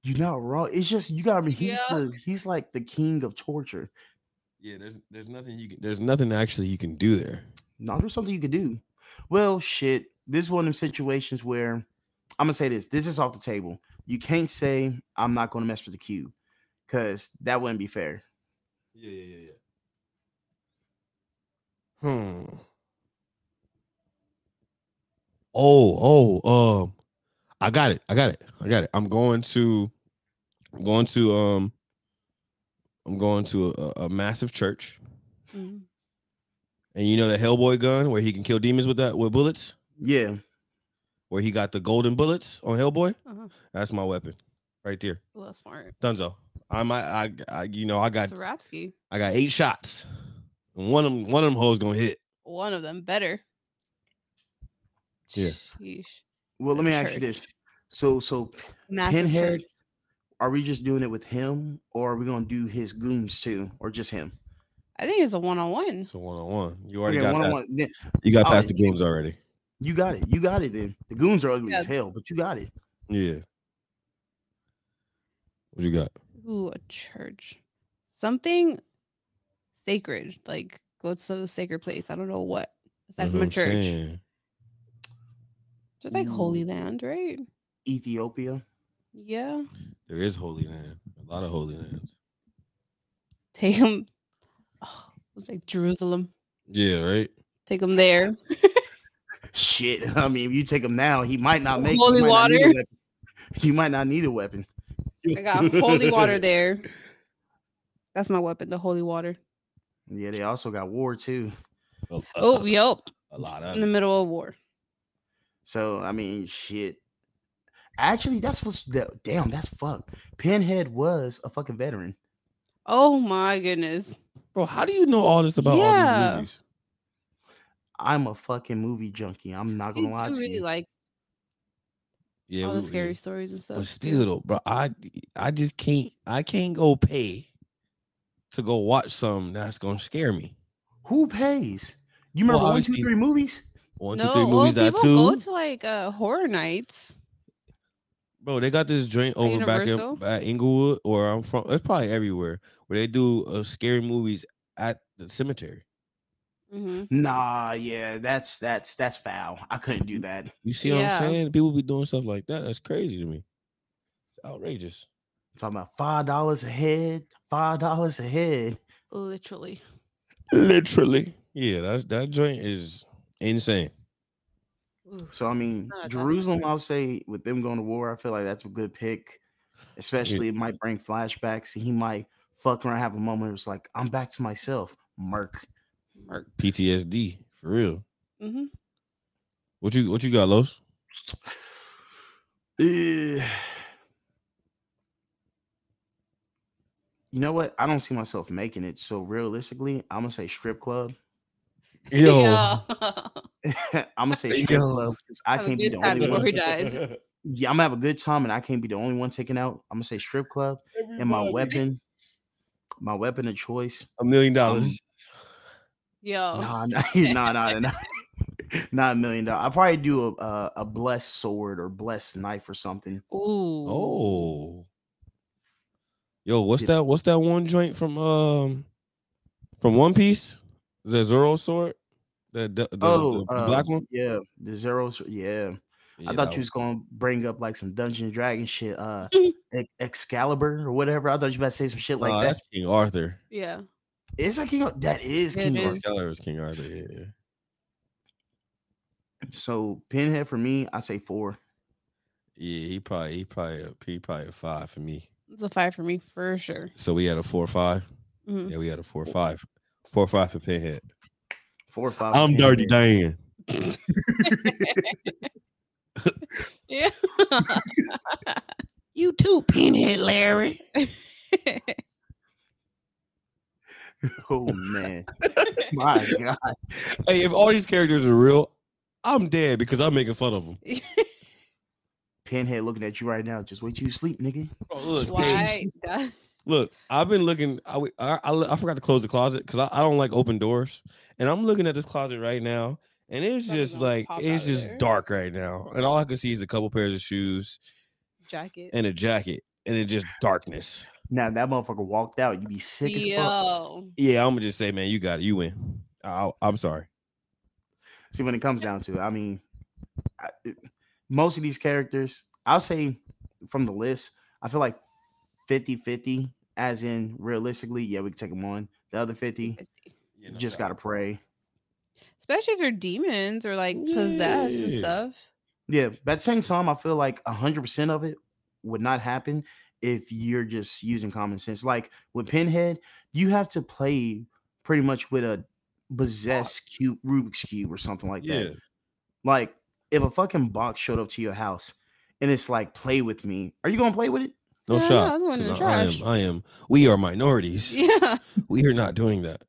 [SPEAKER 1] you're not wrong. It's just you gotta be he's
[SPEAKER 3] Yeah.
[SPEAKER 1] the he's like the king of torture.
[SPEAKER 2] Yeah, there's there's nothing you can there's nothing actually you can do there.
[SPEAKER 1] Now there's something you could do. Well, shit. This is one of them situations where I'm gonna say this. This is off the table. You can't say I'm not gonna mess with the cube because that wouldn't be fair.
[SPEAKER 2] Yeah, yeah, yeah, yeah. Hmm. Oh, oh, um, I got it. I got it. I got it. I'm going to, I'm going to, um, I'm going to a, a massive church,
[SPEAKER 3] Mhm.
[SPEAKER 2] and you know the Hellboy gun where he can kill demons with that with bullets,
[SPEAKER 1] Yeah.
[SPEAKER 2] where he got the golden bullets on Hellboy.
[SPEAKER 3] Uh-huh.
[SPEAKER 2] That's my weapon, right there.
[SPEAKER 3] A little smart.
[SPEAKER 2] Dunzo. I might, I, I, you know, I got,
[SPEAKER 3] Sarapsky.
[SPEAKER 2] I got eight shots, and one of them, one of them hoes gonna hit.
[SPEAKER 3] One of them better.
[SPEAKER 2] Yeah.
[SPEAKER 3] Sheesh.
[SPEAKER 1] Well, let me ask you
[SPEAKER 3] Church.
[SPEAKER 1] this. So so
[SPEAKER 3] Massive
[SPEAKER 1] Pinhead,
[SPEAKER 3] church.
[SPEAKER 1] are we just doing it with him or are we gonna do his goons too? Or just him?
[SPEAKER 3] I think it's a one on one.
[SPEAKER 2] So one on one, you already
[SPEAKER 1] Okay,
[SPEAKER 2] got that.
[SPEAKER 1] one-on-one, then-
[SPEAKER 2] You got
[SPEAKER 1] Oh,
[SPEAKER 2] past the
[SPEAKER 1] yeah.
[SPEAKER 2] games already.
[SPEAKER 1] You got it. You got it then. The goons are ugly
[SPEAKER 3] Yeah.
[SPEAKER 1] as hell, but you got it.
[SPEAKER 2] Yeah. What you got?
[SPEAKER 3] Ooh, a church. Something sacred. Like go to the sacred place. I don't know what. Aside
[SPEAKER 2] That's
[SPEAKER 3] from a
[SPEAKER 2] what I'm
[SPEAKER 3] church.
[SPEAKER 2] saying. Mm.
[SPEAKER 3] Just like
[SPEAKER 1] Ooh.
[SPEAKER 3] Holy Land, right?
[SPEAKER 1] Ethiopia.
[SPEAKER 3] Yeah.
[SPEAKER 2] There is holy land. A lot of holy lands.
[SPEAKER 3] Take him. Oh, it's like Jerusalem.
[SPEAKER 2] Yeah, right.
[SPEAKER 3] Take him there.
[SPEAKER 1] Shit. I mean, if you take him now, he might not make
[SPEAKER 3] Holy
[SPEAKER 1] you might not need a
[SPEAKER 3] water.
[SPEAKER 1] weapon. You might not need a weapon.
[SPEAKER 3] I got holy water there. That's my weapon, the holy water.
[SPEAKER 1] Yeah, they also got war too.
[SPEAKER 2] A,
[SPEAKER 3] Oh,
[SPEAKER 2] oh,
[SPEAKER 3] yep.
[SPEAKER 2] a lot
[SPEAKER 3] In
[SPEAKER 2] of
[SPEAKER 3] the
[SPEAKER 2] it.
[SPEAKER 3] middle of war.
[SPEAKER 1] So I mean, shit. Actually, that's what's that, damn. That's fucked. Pinhead was a fucking veteran.
[SPEAKER 3] Oh my goodness.
[SPEAKER 2] bro. How do you know all this about all
[SPEAKER 3] Yeah.
[SPEAKER 2] these movies?
[SPEAKER 1] I'm a fucking movie junkie. I'm not
[SPEAKER 3] You
[SPEAKER 1] gonna lie
[SPEAKER 3] do
[SPEAKER 1] to
[SPEAKER 3] really
[SPEAKER 1] you.
[SPEAKER 3] like
[SPEAKER 2] Yeah,
[SPEAKER 3] all
[SPEAKER 2] we-
[SPEAKER 3] the scary
[SPEAKER 2] yeah.
[SPEAKER 3] stories and stuff.
[SPEAKER 2] But still, though, bro, I I just can't. I can't go pay to go watch something that's gonna scare me.
[SPEAKER 1] Who pays? You remember
[SPEAKER 2] Well,
[SPEAKER 1] one, two,
[SPEAKER 2] obviously-
[SPEAKER 1] three movies?
[SPEAKER 2] One, two,
[SPEAKER 3] no,
[SPEAKER 2] three movies
[SPEAKER 3] well,
[SPEAKER 2] that
[SPEAKER 3] people
[SPEAKER 2] too.
[SPEAKER 3] go to like uh, horror nights.
[SPEAKER 2] Bro, they got this joint
[SPEAKER 3] At
[SPEAKER 2] over back
[SPEAKER 3] Universal?
[SPEAKER 2] in by Inglewood, or I'm from. It's probably everywhere where they do uh, scary movies at the cemetery.
[SPEAKER 3] hmm
[SPEAKER 1] Nah, yeah, that's that's that's foul. I couldn't do that.
[SPEAKER 2] You see
[SPEAKER 3] Yeah.
[SPEAKER 2] what I'm saying? People be doing stuff like that. That's crazy to me. It's outrageous.
[SPEAKER 1] talking about five dollars a head, five dollars a head.
[SPEAKER 3] Literally.
[SPEAKER 2] Literally. Yeah, that that joint is insane.
[SPEAKER 3] Oof.
[SPEAKER 1] So I mean,
[SPEAKER 3] Oh, that's
[SPEAKER 1] Jerusalem, I'll say with them going to war, I feel like that's a good pick. Especially it might bring flashbacks. He might fuck around, have a moment. where It's like I'm back to myself, Merc.
[SPEAKER 3] Merc.
[SPEAKER 2] PTSD for real.
[SPEAKER 3] hmm
[SPEAKER 2] What you what you got, Los?
[SPEAKER 1] Eh, You know what? I don't see myself making it. So realistically, I'm gonna say strip club. I'm gonna say strip
[SPEAKER 2] Yo.
[SPEAKER 1] club because I
[SPEAKER 3] Have a
[SPEAKER 1] can't be
[SPEAKER 3] good
[SPEAKER 1] the
[SPEAKER 3] time
[SPEAKER 1] only
[SPEAKER 3] before
[SPEAKER 1] one.
[SPEAKER 3] he dies.
[SPEAKER 1] Yeah, I'm gonna have a good time, and I can't be the only one taken out. I'm gonna say strip club and my
[SPEAKER 2] Everybody.
[SPEAKER 1] weapon, my weapon of choice.
[SPEAKER 2] A million dollars. Oh.
[SPEAKER 3] Yo.
[SPEAKER 1] Nah, nah, nah, nah, nah. Not a million dollars. I probably do a, a a blessed sword or blessed knife or something.
[SPEAKER 3] Ooh.
[SPEAKER 2] Oh. Yo, what's
[SPEAKER 1] Yeah.
[SPEAKER 2] that? What's that one joint from um from One Piece? The Zoro sword? The, the, the,
[SPEAKER 1] oh,
[SPEAKER 2] the black
[SPEAKER 1] um,
[SPEAKER 2] one?
[SPEAKER 1] Yeah, the zero. s- Yeah, I
[SPEAKER 2] Yeah,
[SPEAKER 1] thought
[SPEAKER 2] that
[SPEAKER 1] you was gonna bring up like some Dungeon and Dragon shit, uh,
[SPEAKER 3] Mhm.
[SPEAKER 1] Ex- Excalibur or whatever. I thought you was about to say some shit
[SPEAKER 2] one-
[SPEAKER 1] like
[SPEAKER 2] Mm. Nah,
[SPEAKER 1] that.
[SPEAKER 2] Oh, That's King Arthur.
[SPEAKER 3] Yeah.
[SPEAKER 1] Is that King? Ar- That is
[SPEAKER 3] Yeah,
[SPEAKER 1] King.
[SPEAKER 3] it
[SPEAKER 1] Arthur.
[SPEAKER 3] is.
[SPEAKER 2] Keller is King Arthur. Yeah, yeah.
[SPEAKER 1] So Pinhead for me, I say four.
[SPEAKER 2] yeah, he probably he probably a- he probably a five for me.
[SPEAKER 3] It's a five for me for sure.
[SPEAKER 2] So we had a four five.
[SPEAKER 3] Mhm.
[SPEAKER 2] Yeah, we had a four five. Four five for Pinhead.
[SPEAKER 1] Four or five. for
[SPEAKER 2] I'm
[SPEAKER 1] Pinhead.
[SPEAKER 2] Dirty Dan.
[SPEAKER 3] Yeah.
[SPEAKER 2] You too, Pinhead Larry.
[SPEAKER 1] Oh man, my god.
[SPEAKER 2] Hey, if all these characters are real, I'm dead because I'm making fun of them.
[SPEAKER 1] Pinhead looking at you right now. Just wait till you sleep, nigga.
[SPEAKER 2] look,
[SPEAKER 3] Why? that-
[SPEAKER 2] Look, I've been looking. I w- I, I- I forgot to close the closet because I, I don't like open doors, and I'm looking at this closet right now, and it's
[SPEAKER 3] Something's
[SPEAKER 2] just
[SPEAKER 3] gonna
[SPEAKER 2] like
[SPEAKER 3] pop
[SPEAKER 2] it's
[SPEAKER 3] out of
[SPEAKER 2] just
[SPEAKER 3] there.
[SPEAKER 2] dark right now, and all I can see is a couple pairs of shoes
[SPEAKER 3] Jacket.
[SPEAKER 2] and a jacket, and it's just darkness.
[SPEAKER 1] Now that motherfucker walked out. You be sick as fuck.
[SPEAKER 3] Yo.
[SPEAKER 2] Yeah, I'm gonna just say, man, you got it, you win. I, I'm sorry.
[SPEAKER 1] See, when it comes down to it, I mean, I, it, most of these characters, I'll say from the list, I feel like 50 50, as in realistically, yeah, we can take them on. The other 50,
[SPEAKER 2] You know,
[SPEAKER 1] just got to pray.
[SPEAKER 3] Especially if they're demons or like possessed
[SPEAKER 2] Yeah.
[SPEAKER 3] and stuff.
[SPEAKER 1] Yeah, but at the same time, I feel like 100% of it would not happen if you're just using common sense. Like with Pinhead, you have to play pretty much with a possessed cube, Rubik's Cube, or something like
[SPEAKER 2] yeah,
[SPEAKER 1] that. Like, if a fucking box showed up to your house and it's like, play with me, are you gonna play with it?
[SPEAKER 2] no
[SPEAKER 3] Yeah, I know, I
[SPEAKER 2] shot.
[SPEAKER 3] was going in
[SPEAKER 2] 'cause
[SPEAKER 3] the
[SPEAKER 2] I, I
[SPEAKER 3] trash.
[SPEAKER 2] am. I am. We are minorities.
[SPEAKER 3] Yeah.
[SPEAKER 2] We are not doing that.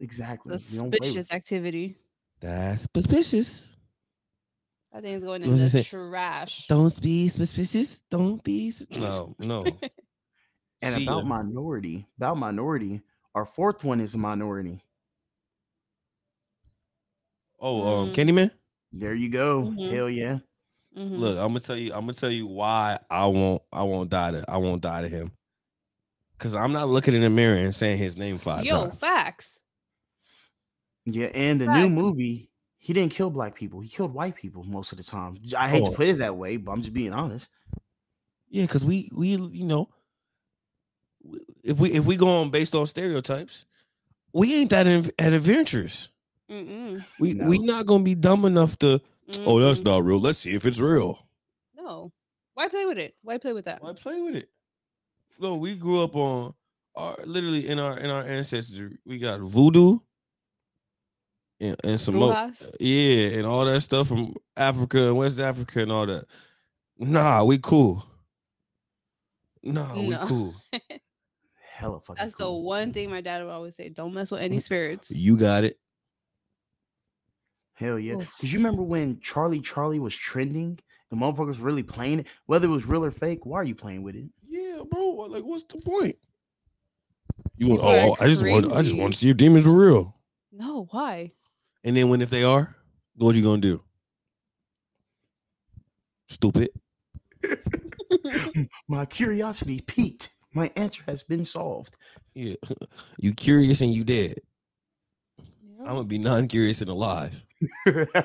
[SPEAKER 1] Exactly. You don't play with
[SPEAKER 3] Suspicious activity.
[SPEAKER 2] That's suspicious.
[SPEAKER 3] That thing's going
[SPEAKER 2] What
[SPEAKER 3] in
[SPEAKER 2] does it
[SPEAKER 3] the
[SPEAKER 2] say?
[SPEAKER 3] trash.
[SPEAKER 2] Don't be suspicious. Don't be. sus- No, no.
[SPEAKER 1] it. And
[SPEAKER 2] See
[SPEAKER 1] about
[SPEAKER 2] ya.
[SPEAKER 1] minority, about minority, our fourth one is a minority.
[SPEAKER 2] Oh, um,
[SPEAKER 3] Mm.
[SPEAKER 2] Candyman.
[SPEAKER 1] There you go.
[SPEAKER 3] Mhm.
[SPEAKER 1] Hell yeah.
[SPEAKER 3] Mhm.
[SPEAKER 2] Look, I'm gonna tell you. I'm gonna tell you why I won't. I won't die to. I won't die to him. Cause I'm not looking in the mirror and saying his name five
[SPEAKER 3] Yo,
[SPEAKER 2] times.
[SPEAKER 3] facts.
[SPEAKER 1] Yeah. And the new
[SPEAKER 3] Facts.
[SPEAKER 1] movie, he didn't kill black people. He killed white people most of the time. J- I hate
[SPEAKER 2] Oh.
[SPEAKER 1] to put it that way, but I'm just being honest.
[SPEAKER 2] Yeah, cause we we you know, w- if we if we go on based on stereotypes, we ain't that in, at adventurous.
[SPEAKER 3] Mm-mm.
[SPEAKER 2] We we
[SPEAKER 1] No.
[SPEAKER 2] not gonna be dumb enough to. Oh, that's
[SPEAKER 3] Mm-mm.
[SPEAKER 2] not real. Let's see if it's real.
[SPEAKER 3] no. Why play with it? Why play with that?
[SPEAKER 2] Why play with it? No, we grew up on our literally in our in our ancestors. We got voodoo and, and some mo-
[SPEAKER 3] Brujas?
[SPEAKER 2] yeah, and all that stuff from Africa and West Africa and all that. Nah, we cool. Nah, we
[SPEAKER 3] No.
[SPEAKER 2] cool.
[SPEAKER 1] Hella fucking
[SPEAKER 3] That's the
[SPEAKER 1] cool.
[SPEAKER 3] one thing my dad would always say. Don't mess with
[SPEAKER 1] Mm,
[SPEAKER 3] any spirits.
[SPEAKER 2] You got it.
[SPEAKER 1] Hell yeah.
[SPEAKER 3] Oof.
[SPEAKER 1] Because you remember when Charlie Charlie was trending, the motherfuckers really playing it, whether it was real or fake, why are you playing with it?
[SPEAKER 2] Yeah, bro. what- Like, what's the point? You
[SPEAKER 3] People
[SPEAKER 2] want?
[SPEAKER 3] are
[SPEAKER 2] Oh, oh, I just want. I just
[SPEAKER 3] crazy.
[SPEAKER 2] want to see if demons were real.
[SPEAKER 3] No, why?
[SPEAKER 2] And then when if they are, what you gonna do? Stupid.
[SPEAKER 1] My curiosity peaked. My answer has been solved.
[SPEAKER 2] Yeah. You curious and you dead. I'm
[SPEAKER 3] Yeah.
[SPEAKER 2] gonna be non-curious and alive.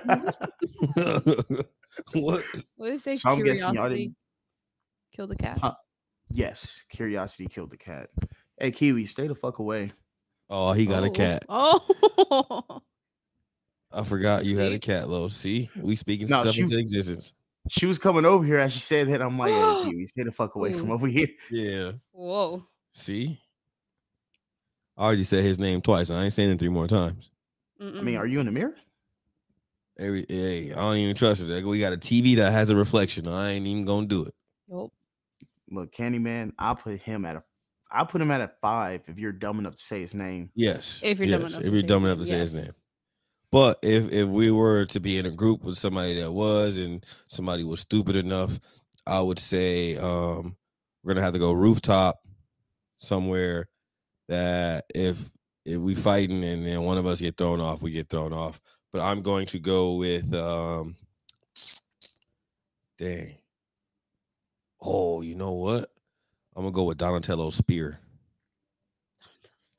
[SPEAKER 2] what?
[SPEAKER 3] What did it say?
[SPEAKER 1] So I'm
[SPEAKER 3] Curiosity.
[SPEAKER 1] guessing y'all didn't-
[SPEAKER 3] Kill the cat.
[SPEAKER 1] Huh. yes, curiosity killed the cat. Hey, Kiwi, stay the fuck away.
[SPEAKER 2] Oh, he got a
[SPEAKER 3] Oh.
[SPEAKER 2] cat.
[SPEAKER 3] Oh.
[SPEAKER 2] I forgot you had a
[SPEAKER 3] See?
[SPEAKER 2] cat, low. See, we speaking
[SPEAKER 1] No,
[SPEAKER 2] stuff
[SPEAKER 1] she-
[SPEAKER 2] into existence.
[SPEAKER 1] She was coming over here as she said that. I'm like, hey, Kiwi, stay the fuck away from
[SPEAKER 3] Ooh.
[SPEAKER 1] over here.
[SPEAKER 2] Yeah.
[SPEAKER 3] Whoa.
[SPEAKER 2] See, I already said his name twice. I ain't saying it three more times.
[SPEAKER 1] I mean, uh
[SPEAKER 3] Mm-mm.
[SPEAKER 1] are you in the mirror?
[SPEAKER 2] Every hey, I don't even trust it. We got a TV that has a reflection. I ain't even gonna do it.
[SPEAKER 3] Nope.
[SPEAKER 1] Look, Candyman, I'll put him at a I'll put him at a five if you're dumb enough to say his name.
[SPEAKER 2] Yes.
[SPEAKER 3] If you're
[SPEAKER 2] yes,
[SPEAKER 3] dumb enough
[SPEAKER 2] If
[SPEAKER 3] to
[SPEAKER 2] you're
[SPEAKER 3] say
[SPEAKER 2] dumb
[SPEAKER 3] his
[SPEAKER 2] enough to
[SPEAKER 3] name,
[SPEAKER 2] say his
[SPEAKER 3] yes.
[SPEAKER 2] name. But if if we were to be in a group with somebody that was and somebody was stupid enough, I would say um we're gonna have to go rooftop somewhere that if if we fighting and then one of us get thrown off, we get thrown off. But I'm going to go with um dang. Oh, you know what? I'm gonna go with Donatello's spear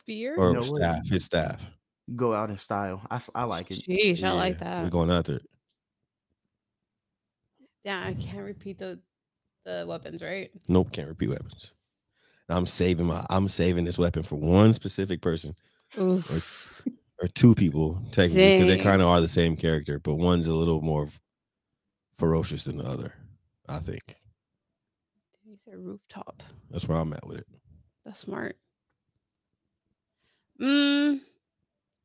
[SPEAKER 3] Spear?
[SPEAKER 2] or
[SPEAKER 1] No way.
[SPEAKER 2] staff, his staff.
[SPEAKER 1] Go out in style. I, s- I like it.
[SPEAKER 3] Sheesh, I like
[SPEAKER 2] Yeah, We're
[SPEAKER 3] that.
[SPEAKER 2] going after it.
[SPEAKER 3] Yeah, I can't repeat the the weapons, right?
[SPEAKER 2] Nope, can't repeat weapons. And I'm saving my I'm saving this weapon for one specific person
[SPEAKER 3] Oof.
[SPEAKER 2] or two people technically because they
[SPEAKER 3] Dang.
[SPEAKER 2] kind of are the same character, but one's a little more f- ferocious than the other. I think
[SPEAKER 3] You said rooftop.
[SPEAKER 2] that's where I'm at with it.
[SPEAKER 3] That's smart. Mm,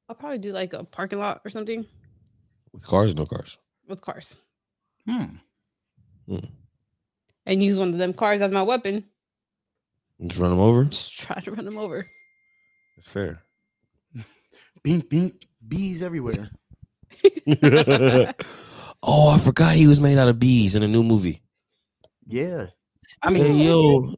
[SPEAKER 3] I'll probably do like a parking lot or something
[SPEAKER 2] With cars, no cars.
[SPEAKER 3] with cars
[SPEAKER 1] Hmm.
[SPEAKER 3] and use one of them cars as my weapon.
[SPEAKER 2] Just run them over.
[SPEAKER 3] Just try to run them over.
[SPEAKER 2] It's fair.
[SPEAKER 1] Bink bink bees everywhere.
[SPEAKER 2] oh, I forgot he was made out of bees in a new movie.
[SPEAKER 1] Yeah.
[SPEAKER 3] I
[SPEAKER 1] mean,
[SPEAKER 2] Hey yo,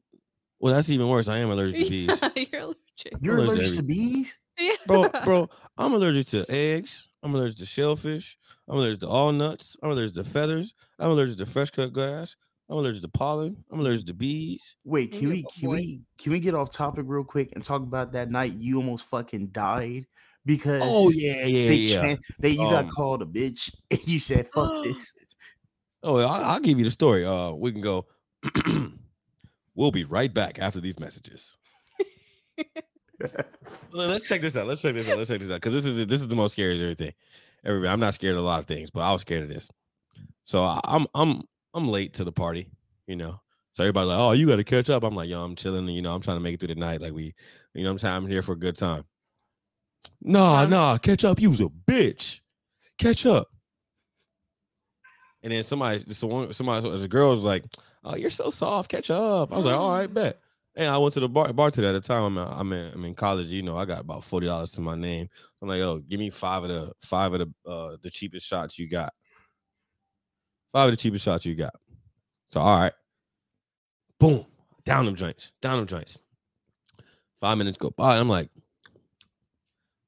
[SPEAKER 2] well that's even worse. I am allergic to bees.
[SPEAKER 3] You're allergic.
[SPEAKER 1] You're
[SPEAKER 2] Colors
[SPEAKER 1] allergic to bees?
[SPEAKER 3] Yeah.
[SPEAKER 2] bro, bro, I'm allergic to eggs. I'm allergic to shellfish. I'm allergic to all nuts. I'm allergic to feathers. I'm allergic to fresh cut grass. I'm allergic to pollen. I'm allergic to bees.
[SPEAKER 1] Wait,
[SPEAKER 3] You're
[SPEAKER 1] can
[SPEAKER 3] a
[SPEAKER 1] we
[SPEAKER 3] good
[SPEAKER 1] can
[SPEAKER 3] boy.
[SPEAKER 1] we can we get off topic real quick and talk about that night you almost fucking died because
[SPEAKER 2] Oh yeah, yeah,
[SPEAKER 1] they,
[SPEAKER 2] yeah.
[SPEAKER 1] tran- they you
[SPEAKER 2] Um,
[SPEAKER 1] got called a bitch and you said fuck this.
[SPEAKER 2] oh, I- I'll give you the story. Uh, we can go. we'll be right back after these messages. Well, Let's check this out. Let's check this out. Let's check this out because this is this is the most scary of everything. Everybody, I'm not scared of a lot of things, but I was scared of this. So I, I'm I'm I'm late to the party, you know. So everybody's like, "Oh, you got to catch up." I'm like, "Yo, I'm chilling. You know, I'm trying to make it through the night. Like we, you know, what I'm saying I'm here for a good time." Nah,
[SPEAKER 3] Um,
[SPEAKER 2] nah, catch up. You was a bitch. Catch up. And then somebody, so one, somebody, so as a girl was like, "Oh, you're so soft. Catch up." I was like, "All right, bet." And I went to the bar bartender at the time. I'm I'm in, I'm in college. You know, I got about forty dollars to my name. I'm like, yo, give me five of the five of the uh the cheapest shots you got. Five of the cheapest shots you got. So all right. Boom. Down them joints. Down them joints. Five minutes go by. I'm like,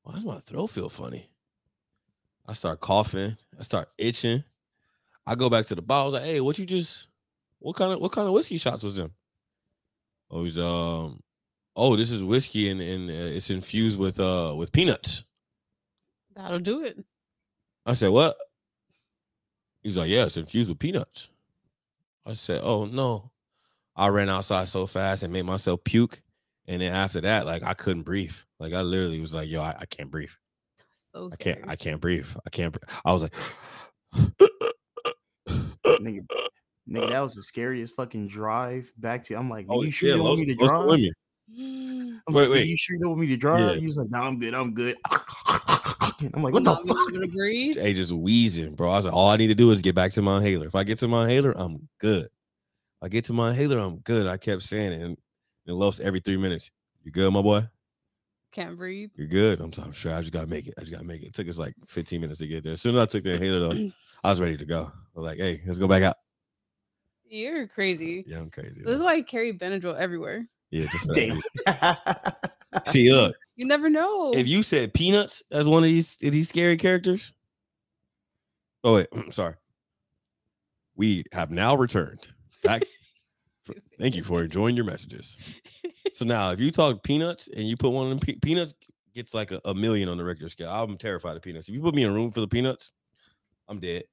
[SPEAKER 2] why does my throat feel funny? I start coughing. I start itching. I go back to the bar. I was like, hey, what you just what kind of what kind of whiskey shots was them? Oh, he's um oh, this is whiskey and, and uh, it's infused with uh with peanuts.
[SPEAKER 3] That'll do it.
[SPEAKER 2] I said, What? He's like, Yeah, it's infused with peanuts. I said, Oh no. I ran outside so fast and made myself puke. And then after that, like I couldn't breathe. Like I literally was like, yo, I, I can't breathe.
[SPEAKER 3] So
[SPEAKER 2] I can't,
[SPEAKER 3] scary.
[SPEAKER 2] I can't breathe. I can't breathe. I was like,
[SPEAKER 1] nigga, nigga, that was the scariest fucking drive back to. I'm like,
[SPEAKER 2] Oh,
[SPEAKER 1] nigga, you sure you don't
[SPEAKER 2] Los-
[SPEAKER 1] want me to
[SPEAKER 2] Los
[SPEAKER 1] drive?
[SPEAKER 2] Women.
[SPEAKER 3] Mm,
[SPEAKER 1] I'm
[SPEAKER 2] Wait,
[SPEAKER 1] like, "Nigga,
[SPEAKER 2] wait.
[SPEAKER 1] you sure you don't want me to drive?
[SPEAKER 2] Yeah.
[SPEAKER 1] He was like, no, I'm good, I'm good. And I'm like, what the
[SPEAKER 3] not being able to
[SPEAKER 1] fuck?
[SPEAKER 3] breathe.
[SPEAKER 2] Hey, just wheezing, bro. I was like, all I need to do is get back to my inhaler. If I get to my inhaler, I'm good. If I get to my inhaler, I'm good. I kept saying it, and it lost every three minutes. You good, my boy?
[SPEAKER 3] Can't breathe.
[SPEAKER 2] You're good. I'm, so- I'm sure. I just gotta make it. I just gotta make it. It took us like 15 minutes to get there. As soon as I took the inhaler, though, I was ready to go. I was like, hey, let's go back out.
[SPEAKER 3] You're crazy.
[SPEAKER 2] Yeah, I'm crazy.
[SPEAKER 3] This is
[SPEAKER 2] though.
[SPEAKER 3] why I carry Benadryl everywhere.
[SPEAKER 2] Yeah, just for that
[SPEAKER 1] Damn.
[SPEAKER 2] reason. See, look,
[SPEAKER 3] You never know.
[SPEAKER 2] if you said peanuts as one of these of these scary characters. Oh wait, sorry. We have now returned. Back. for- thank you for enjoying your messages. So now, if you talk peanuts and you put one of them pe- peanuts gets like a, a million on the Richter scale, I'm terrified of peanuts. If you put me in a room full of peanuts, I'm dead.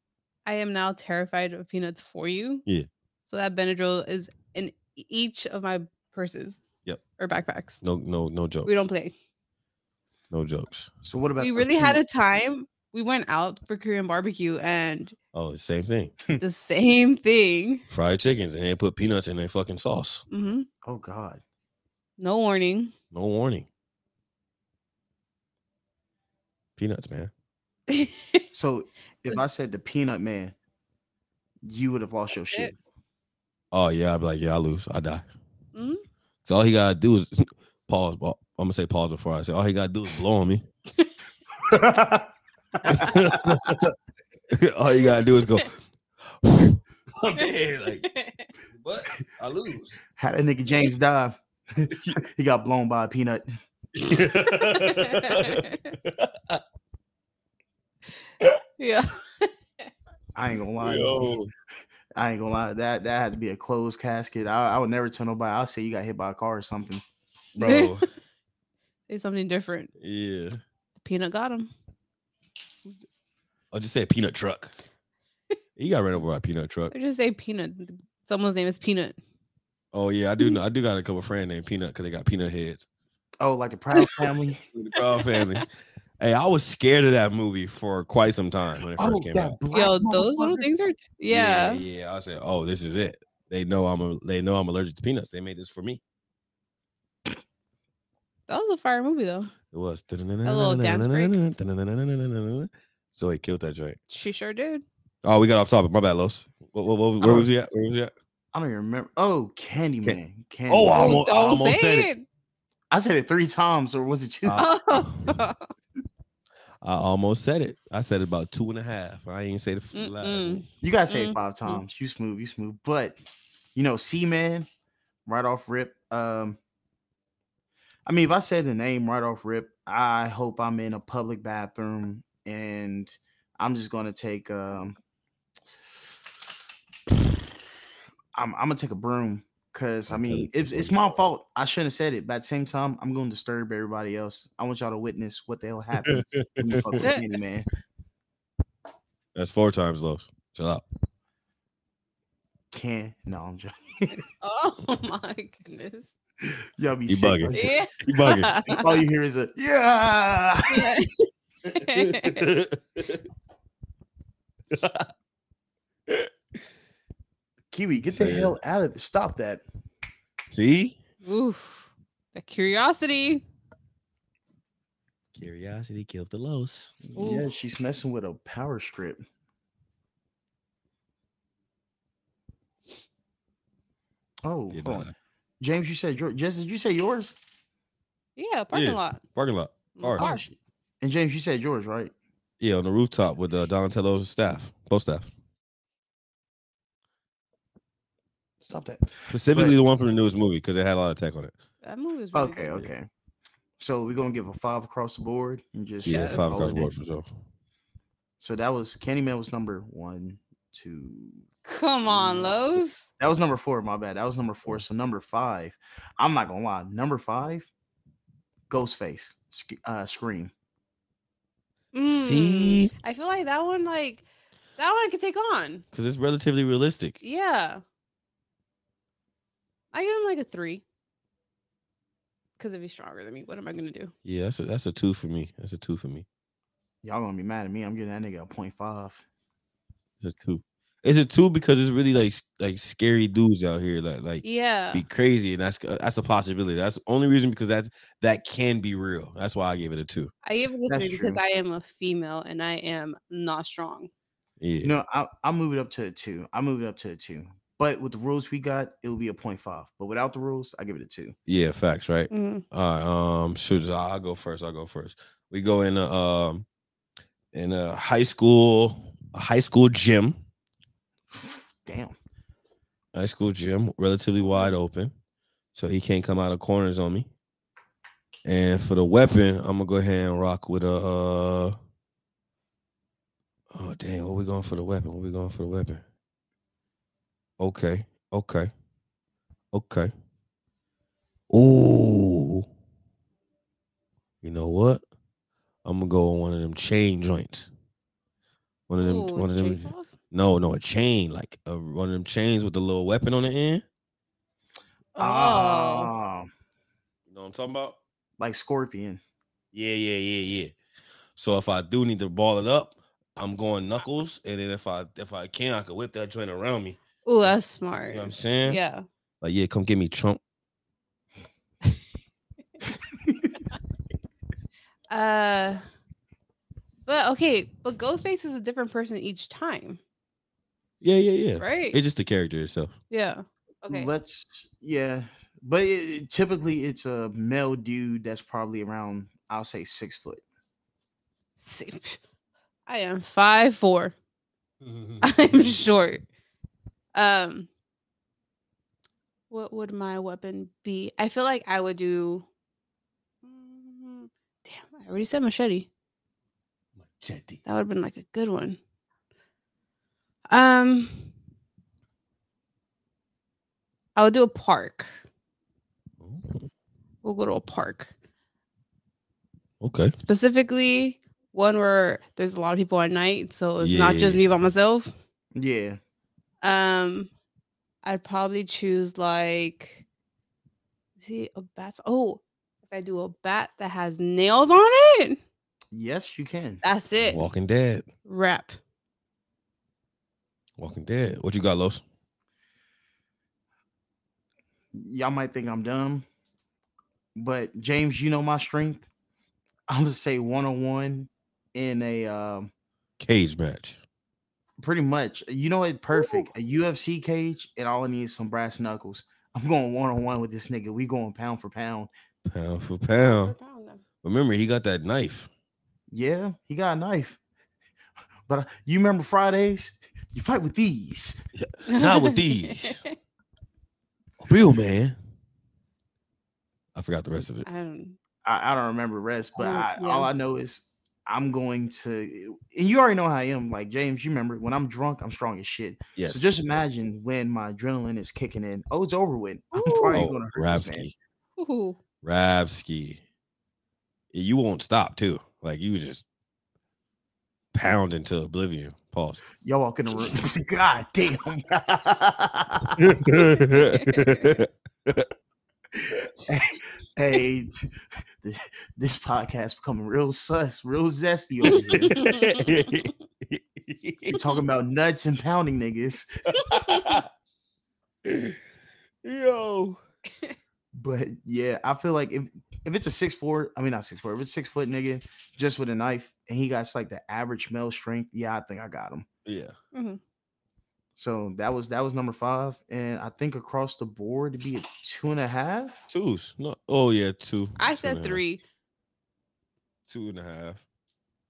[SPEAKER 3] I am now terrified of peanuts for you.
[SPEAKER 2] Yeah.
[SPEAKER 3] So that Benadryl is in e- each of my purses.
[SPEAKER 2] Yep.
[SPEAKER 3] Or backpacks.
[SPEAKER 2] No, no, no jokes.
[SPEAKER 3] We don't play.
[SPEAKER 2] No jokes.
[SPEAKER 1] so what about
[SPEAKER 3] We
[SPEAKER 1] the
[SPEAKER 3] really had a
[SPEAKER 1] peanut-
[SPEAKER 3] time we went out for Korean barbecue and
[SPEAKER 2] Oh, it's the same thing.
[SPEAKER 3] the same thing.
[SPEAKER 2] Fried chickens and they put peanuts in their fucking sauce.
[SPEAKER 3] hmm
[SPEAKER 1] Oh God.
[SPEAKER 3] No warning.
[SPEAKER 2] No warning. Peanuts, man.
[SPEAKER 1] So if I said the peanut man, you would have lost your shit.
[SPEAKER 2] Oh yeah, I'd be like, yeah, I lose, I die.
[SPEAKER 3] Mhm.
[SPEAKER 2] So all he gotta do is pause. but I'm gonna say pause before I say all he gotta do is blow on me. all you gotta do is go. I'm dead. Like, but I lose.
[SPEAKER 1] Had a nigga James dive. he got blown by a peanut.
[SPEAKER 3] yeah.
[SPEAKER 1] I ain't gonna lie.
[SPEAKER 2] Yo,
[SPEAKER 1] I ain't gonna lie. That that had to be a closed casket. I, I would never tell nobody. I'll say you got hit by a car or something.
[SPEAKER 2] bro.
[SPEAKER 3] It's something different.
[SPEAKER 2] Yeah.
[SPEAKER 3] Peanut got him.
[SPEAKER 2] I'll just say peanut truck. He got ran over by a peanut truck.
[SPEAKER 3] I just say peanut. Someone's name is Peanut.
[SPEAKER 2] Oh yeah, I do know. I do got a couple friends named Peanut because they got peanut heads.
[SPEAKER 1] Oh, like the Proud Family.
[SPEAKER 2] The Proud Family. Hey, I was scared of that movie for quite some time when it first
[SPEAKER 1] oh,
[SPEAKER 2] came
[SPEAKER 1] that
[SPEAKER 2] out.
[SPEAKER 1] black
[SPEAKER 3] Yo, those little
[SPEAKER 1] motherfucker.
[SPEAKER 3] things are yeah.
[SPEAKER 2] yeah. I said, oh, this is it. They know I'm a, they know I'm allergic to peanuts. They made this for me.
[SPEAKER 3] That was a fire movie though.
[SPEAKER 2] It was a
[SPEAKER 3] little dance break.
[SPEAKER 2] So he killed that joint.
[SPEAKER 3] She sure did.
[SPEAKER 2] Oh, we got off topic. My bad, Los. What, what, what, where
[SPEAKER 1] Oh.
[SPEAKER 2] was he at? Where was he at?
[SPEAKER 1] I don't even remember. Oh, Candyman. Candy.
[SPEAKER 2] Oh, I
[SPEAKER 1] I,
[SPEAKER 2] almo- almost- I
[SPEAKER 3] don't
[SPEAKER 2] almost said
[SPEAKER 3] say
[SPEAKER 2] it.
[SPEAKER 3] it.
[SPEAKER 1] said it three times, or was it two?
[SPEAKER 2] Uh,
[SPEAKER 3] Oh.
[SPEAKER 2] I almost said it. I said about two and a half. I ain't say the f- last
[SPEAKER 3] Mm-mm.
[SPEAKER 2] one.
[SPEAKER 1] you gotta say it
[SPEAKER 3] mm,
[SPEAKER 1] five times. You smooth, you smooth. But you know, C Man, right off rip. Um, I mean, if I said the name right off rip, I hope I'm in a public bathroom and I'm just gonna take um I'm, I'm gonna take a broom because I
[SPEAKER 2] Okay,
[SPEAKER 1] mean
[SPEAKER 2] take
[SPEAKER 1] it's,
[SPEAKER 2] a
[SPEAKER 1] it's
[SPEAKER 2] broom.
[SPEAKER 1] my fault. I shouldn't have said it, but at the same time, I'm gonna disturb everybody else. I want y'all to witness what the hell happened when you fuck with Candyman.
[SPEAKER 2] That's four times, Los. Chill out.
[SPEAKER 1] Can no, I'm joking.
[SPEAKER 3] oh my goodness.
[SPEAKER 1] Y'all be
[SPEAKER 2] You
[SPEAKER 1] sick.
[SPEAKER 2] bugging.
[SPEAKER 1] like-
[SPEAKER 3] Yeah.
[SPEAKER 2] You bugging.
[SPEAKER 1] all you hear is a yeah. Kiwi, get the
[SPEAKER 2] Yeah.
[SPEAKER 1] hell out of this. Stop that.
[SPEAKER 2] See?
[SPEAKER 3] Oof. The curiosity.
[SPEAKER 2] Curiosity killed the Los.
[SPEAKER 1] Yeah,
[SPEAKER 3] Ooh.
[SPEAKER 1] she's messing with a power strip. Oh,
[SPEAKER 2] Yeah,
[SPEAKER 1] hold on.
[SPEAKER 2] nah.
[SPEAKER 1] James, you said yours. Jess, did you say yours?
[SPEAKER 3] Yeah, parking
[SPEAKER 2] Yeah.
[SPEAKER 3] lot.
[SPEAKER 2] Parking lot.
[SPEAKER 3] Mm,
[SPEAKER 2] Cars.
[SPEAKER 3] car.
[SPEAKER 1] Oh, shit. And James, you said yours, right?
[SPEAKER 2] Yeah, on the rooftop with uh, Donatello's staff, both staff.
[SPEAKER 1] Stop that.
[SPEAKER 2] Specifically the one from the newest movie because it had a lot of tech on it.
[SPEAKER 3] That movie was really
[SPEAKER 1] Okay,
[SPEAKER 3] good.
[SPEAKER 1] okay. So we're gonna give a five across the board and just
[SPEAKER 2] Yeah,
[SPEAKER 3] Yeah,
[SPEAKER 2] five
[SPEAKER 3] that's-
[SPEAKER 2] across the board for sure.
[SPEAKER 1] So that was Candyman was number one, two,
[SPEAKER 3] Come on, Lowe's.
[SPEAKER 1] That was number four. My bad. That was number
[SPEAKER 3] Mm.
[SPEAKER 1] four. So number five, I'm not gonna lie. Number five, Ghostface, Sc- uh, Scream.
[SPEAKER 3] Mm.
[SPEAKER 2] See?
[SPEAKER 3] I feel like that one, like that one, I could take on.
[SPEAKER 2] Because it's relatively realistic.
[SPEAKER 3] Yeah. I give him like a three. Because if he's stronger than me, what am I gonna do?
[SPEAKER 2] Yeah, that's a that's a two for me. That's a two for me.
[SPEAKER 1] Y'all gonna be mad at me. I'm getting that nigga a point five.
[SPEAKER 2] It's a two. It's a two because it's really like s- like scary dudes out here that like
[SPEAKER 3] Yeah.
[SPEAKER 2] be crazy, and that's uh, that's a possibility. That's the only reason because that's that can be real. That's why I gave it a two.
[SPEAKER 3] I give it a
[SPEAKER 1] That's
[SPEAKER 3] three because
[SPEAKER 1] true.
[SPEAKER 3] I am a female and I am not strong.
[SPEAKER 2] Yeah,
[SPEAKER 1] You know, I I'll move it up to a two. I move it up to a two. But with the rules we got, it'll be a point five. But without the rules, I give it a two.
[SPEAKER 2] yeah, facts, right?
[SPEAKER 3] Mm.
[SPEAKER 2] All right, um, shoot, I- I'll go first. I'll go first. We go in a um in a high school a high school gym,
[SPEAKER 1] Damn.
[SPEAKER 2] high school gym, relatively wide open, so he can't come out of corners on me. And for the weapon, I'm gonna go ahead and rock with a. Uh, oh dang, what we going for the weapon? What we going for the weapon? Okay, okay, okay. Ooh, you know what? I'm gonna go on one of them chain joints. One of them,
[SPEAKER 3] Ooh,
[SPEAKER 2] one of them.
[SPEAKER 3] chainsaws?
[SPEAKER 2] No, no, a chain, like a, one of them chains with the little weapon on the end.
[SPEAKER 3] Oh.
[SPEAKER 1] Ah,
[SPEAKER 2] You know what I'm talking about?
[SPEAKER 1] like Scorpion.
[SPEAKER 2] Yeah, yeah, yeah, yeah. So if I do need to ball it up, I'm going knuckles, and then if I if I can, I could whip that joint around me.
[SPEAKER 3] Oh, that's smart.
[SPEAKER 2] You know what I'm saying?
[SPEAKER 3] yeah.
[SPEAKER 2] Like, yeah, come get me Trump.
[SPEAKER 3] Uh, but okay, but Ghostface is a different person each time,
[SPEAKER 2] Yeah, yeah, yeah.
[SPEAKER 3] right?
[SPEAKER 2] It's just the character itself.
[SPEAKER 3] yeah. Okay.
[SPEAKER 1] Let's yeah, but it, typically it's a male dude that's probably around I'll say six foot.
[SPEAKER 3] See, I am five four. I'm short. Um, what would my weapon be? I feel like I would do. Mm, Damn, I already said machete. That would have been like a good one. Um, I would do a park.
[SPEAKER 2] Oh,
[SPEAKER 3] We'll go to a park
[SPEAKER 2] Okay.
[SPEAKER 3] specifically one where there's a lot of people at night, so it's not just
[SPEAKER 2] Yeah.
[SPEAKER 3] me by myself.
[SPEAKER 1] Yeah,
[SPEAKER 3] Um, I'd probably choose like, see a bat. Oh, if I do a bat that has nails on it,
[SPEAKER 1] yes, you can.
[SPEAKER 3] that's it.
[SPEAKER 2] Walking Dead.
[SPEAKER 3] Wrap.
[SPEAKER 2] Walking Dead. What you got, Los?
[SPEAKER 1] Y'all might think I'm dumb, but James, you know my strength. I'm gonna say one on one in a um,
[SPEAKER 2] Cage match.
[SPEAKER 1] pretty much. You know it perfect. A UFC cage, it all needs some brass knuckles. I'm going one on one with this nigga. We going pound for pound.
[SPEAKER 2] Pound for pound. Remember, he got that knife.
[SPEAKER 1] Yeah, he got a knife. But uh, you remember Fridays? You fight with these.
[SPEAKER 2] Not with these. Real man. I forgot the rest of it.
[SPEAKER 3] I don't.
[SPEAKER 1] I, I don't remember the rest, but
[SPEAKER 3] Oh,
[SPEAKER 1] I,
[SPEAKER 3] yeah.
[SPEAKER 1] all I know is I'm going to. And you already know how I am. Like James, you remember when I'm drunk, I'm strong as shit.
[SPEAKER 2] Yes.
[SPEAKER 1] So just imagine when my adrenaline is kicking in. Oh, it's over with. I'm probably
[SPEAKER 2] oh,
[SPEAKER 1] going to hurt this man.
[SPEAKER 2] Rabsky.
[SPEAKER 3] Ooh.
[SPEAKER 2] Rabsky. You won't stop too. Like you just pound into oblivion. Pause.
[SPEAKER 1] Y'all walk in the room. God damn. hey, this, this podcast becoming real sus, real zesty over here. They talking about nuts and pounding niggas.
[SPEAKER 2] Yo.
[SPEAKER 1] But yeah, I feel like if if it's a six four, I mean not six four, if it's six foot nigga just with a knife and he got like the average male strength, yeah, I think I got him.
[SPEAKER 2] Yeah.
[SPEAKER 3] Mhm.
[SPEAKER 1] So that was that was number five, and I think across the board it'd be a two and a half.
[SPEAKER 2] Twos. No. Oh yeah, two.
[SPEAKER 3] I
[SPEAKER 2] Two
[SPEAKER 3] said
[SPEAKER 2] and a half.
[SPEAKER 3] three,
[SPEAKER 2] Two and a half.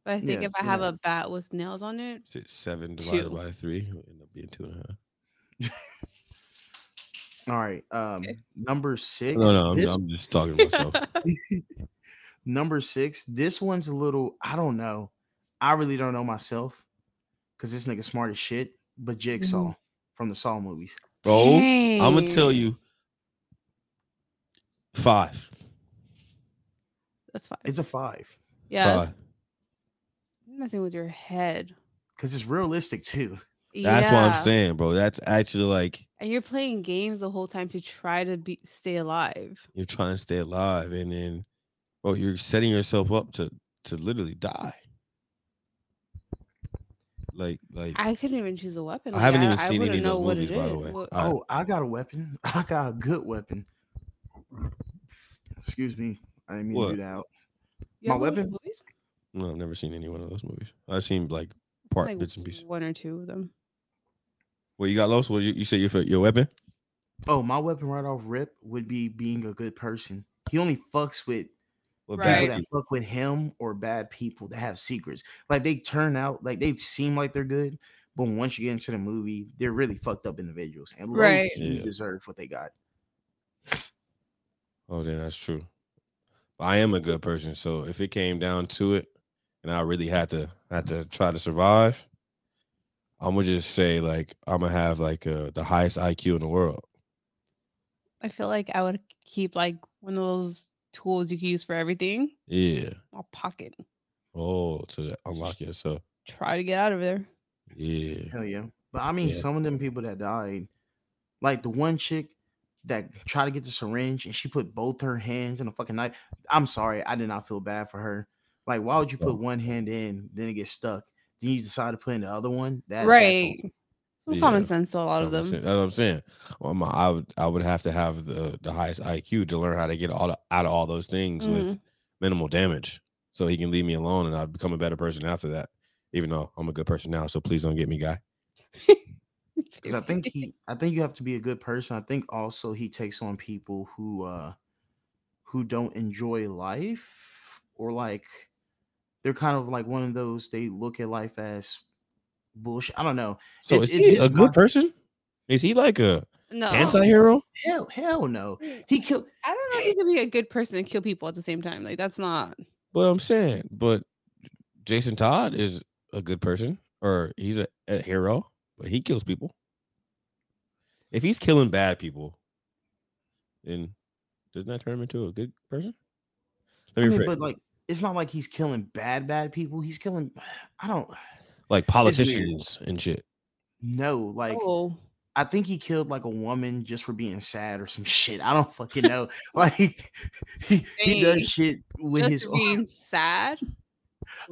[SPEAKER 3] but I think
[SPEAKER 1] Yeah,
[SPEAKER 3] if I
[SPEAKER 1] two
[SPEAKER 3] have
[SPEAKER 1] and a
[SPEAKER 3] a bat with nails on it,
[SPEAKER 2] Six, seven divided
[SPEAKER 3] Two.
[SPEAKER 2] by three. It'll end up being two and a half.
[SPEAKER 1] All right, um, number six.
[SPEAKER 2] No, no, I'm,
[SPEAKER 1] this
[SPEAKER 2] I'm just talking to myself.
[SPEAKER 1] number six. This one's a little. I don't know. I really don't know myself, cause this nigga smart as shit. But Jigsaw from the Saw movies.
[SPEAKER 2] Bro, I'm gonna tell
[SPEAKER 3] Dang.
[SPEAKER 2] you. Five.
[SPEAKER 3] That's fine.
[SPEAKER 1] It's a five,
[SPEAKER 3] yeah, it's
[SPEAKER 2] Five.
[SPEAKER 3] messing with your head.
[SPEAKER 1] cause it's realistic too.
[SPEAKER 2] That's what
[SPEAKER 3] Yeah.
[SPEAKER 2] I'm saying, bro. That's actually like
[SPEAKER 3] And you're playing games the whole time to try to be stay alive.
[SPEAKER 2] you're trying to stay alive, and then, bro, you're setting yourself up to to literally die. Like, like
[SPEAKER 3] I couldn't even choose a weapon.
[SPEAKER 2] I haven't even
[SPEAKER 3] don't-
[SPEAKER 2] seen any
[SPEAKER 3] wouldn't
[SPEAKER 2] of those
[SPEAKER 3] know what it
[SPEAKER 2] movies, by the
[SPEAKER 3] is.
[SPEAKER 2] way. Uh,
[SPEAKER 3] What-
[SPEAKER 2] I-
[SPEAKER 1] oh, I got a weapon. I got a good weapon. Excuse me. I didn't mean
[SPEAKER 2] What?
[SPEAKER 1] to do that. out.
[SPEAKER 3] you
[SPEAKER 1] my
[SPEAKER 3] have one of those
[SPEAKER 1] weapon?
[SPEAKER 3] movies?
[SPEAKER 2] no, I've never seen any one of those movies. I've seen like part
[SPEAKER 3] Like,
[SPEAKER 2] bits and pieces.
[SPEAKER 3] One or two of them.
[SPEAKER 2] Well, you got lost. Well, you, you say your fa- your weapon.
[SPEAKER 1] Oh, my weapon right off rip would be being a good person. He only fucks with
[SPEAKER 2] Well,
[SPEAKER 1] people
[SPEAKER 3] Right.
[SPEAKER 1] that fuck with him or bad people that have secrets. Like they turn out like they seem like they're good, but once you get into the movie, they're really fucked up individuals and
[SPEAKER 3] Right.
[SPEAKER 1] low-key
[SPEAKER 2] Yeah.
[SPEAKER 1] deserve what they got.
[SPEAKER 2] Oh, then that's true. But I am a good person, so if it came down to it, and I really had to had to try to survive, I'm gonna just say like I'm gonna have like uh, the highest IQ in the world.
[SPEAKER 3] I feel like I would keep like one of those tools you can use for everything.
[SPEAKER 2] Yeah.
[SPEAKER 3] My pocket.
[SPEAKER 2] Oh, to unlock yourself.
[SPEAKER 3] Try to get out of there.
[SPEAKER 2] Yeah.
[SPEAKER 1] Hell yeah. But I mean
[SPEAKER 2] Yeah.
[SPEAKER 1] some of them people that died, like the one chick that tried to get the syringe and she put both her hands in a fucking knife. I'm sorry, I did not feel bad for her. Like, why would you put one hand in, then it gets stuck, then you decide to put in the other one? That that's
[SPEAKER 3] right.
[SPEAKER 1] over.
[SPEAKER 3] Some
[SPEAKER 2] Yeah.
[SPEAKER 3] common sense to a lot of
[SPEAKER 2] That's
[SPEAKER 3] them.
[SPEAKER 2] what I'm saying. That's what I'm saying. Well, my- I would I would have to have the the highest IQ to learn how to get all the, out of all those things with
[SPEAKER 3] Mm-hmm.
[SPEAKER 2] minimal damage, so he can leave me alone and I become a better person after that. Even though I'm a good person now, so please don't get me, guy.
[SPEAKER 1] Because I think he, I think you have to be a good person. I think also he takes on people who, uh who don't enjoy life or like, they're kind of like one of those. They look at life as bullshit. I don't know.
[SPEAKER 2] So
[SPEAKER 1] It-
[SPEAKER 2] is
[SPEAKER 1] it's
[SPEAKER 2] he
[SPEAKER 1] his
[SPEAKER 2] a good
[SPEAKER 1] mind.
[SPEAKER 2] person? Is he like a
[SPEAKER 3] no.
[SPEAKER 2] anti-hero?
[SPEAKER 1] Hell, hell no. He killed.
[SPEAKER 3] I don't know if you could be a good person and kill people at the same time. Like that's not
[SPEAKER 2] But I'm saying, but Jason Todd is a good person, or he's a, a hero, but he kills people. If he's killing bad people, then doesn't that turn him into a good person? Let
[SPEAKER 1] I
[SPEAKER 2] me
[SPEAKER 1] mean,
[SPEAKER 2] rephrase.
[SPEAKER 1] but like, it's not like he's killing bad, bad people. He's killing. I don't
[SPEAKER 2] like politicians and shit.
[SPEAKER 1] know. Like,
[SPEAKER 3] oh
[SPEAKER 1] I think he killed like a woman just for being sad or some shit. I don't fucking know. like, he, he
[SPEAKER 3] Dang.
[SPEAKER 1] does shit with
[SPEAKER 3] just
[SPEAKER 1] his.
[SPEAKER 3] for
[SPEAKER 1] own-
[SPEAKER 3] being sad.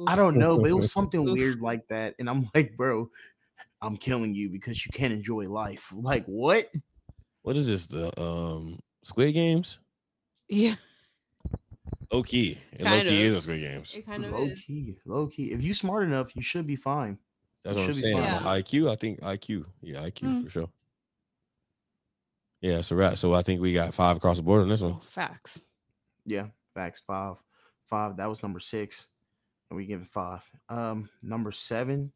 [SPEAKER 1] I don't know, but it was something
[SPEAKER 3] Oof.
[SPEAKER 1] weird like that, and I'm like, bro, I'm killing you because you can't enjoy life. Like, what?
[SPEAKER 2] What is this? The um Squid Games?
[SPEAKER 3] Yeah,
[SPEAKER 2] Low key. And low
[SPEAKER 3] Kind
[SPEAKER 2] key
[SPEAKER 3] of.
[SPEAKER 2] is a Squid Games.
[SPEAKER 3] it kind of
[SPEAKER 1] Low
[SPEAKER 3] is.
[SPEAKER 1] key, low key. If you smart enough, you should be fine.
[SPEAKER 2] That's
[SPEAKER 1] It
[SPEAKER 2] what I'm
[SPEAKER 1] should be
[SPEAKER 2] saying.
[SPEAKER 1] fine.
[SPEAKER 2] Yeah,
[SPEAKER 3] Yeah.
[SPEAKER 2] IQ, I think IQ. Yeah, IQ
[SPEAKER 3] Mm.
[SPEAKER 2] for sure. Yeah, it's a wrap. So I think we got five across the board on this one.
[SPEAKER 3] Oh, facts.
[SPEAKER 1] Yeah, facts. Five, five. That was number six, and we give it five. Um, number seven.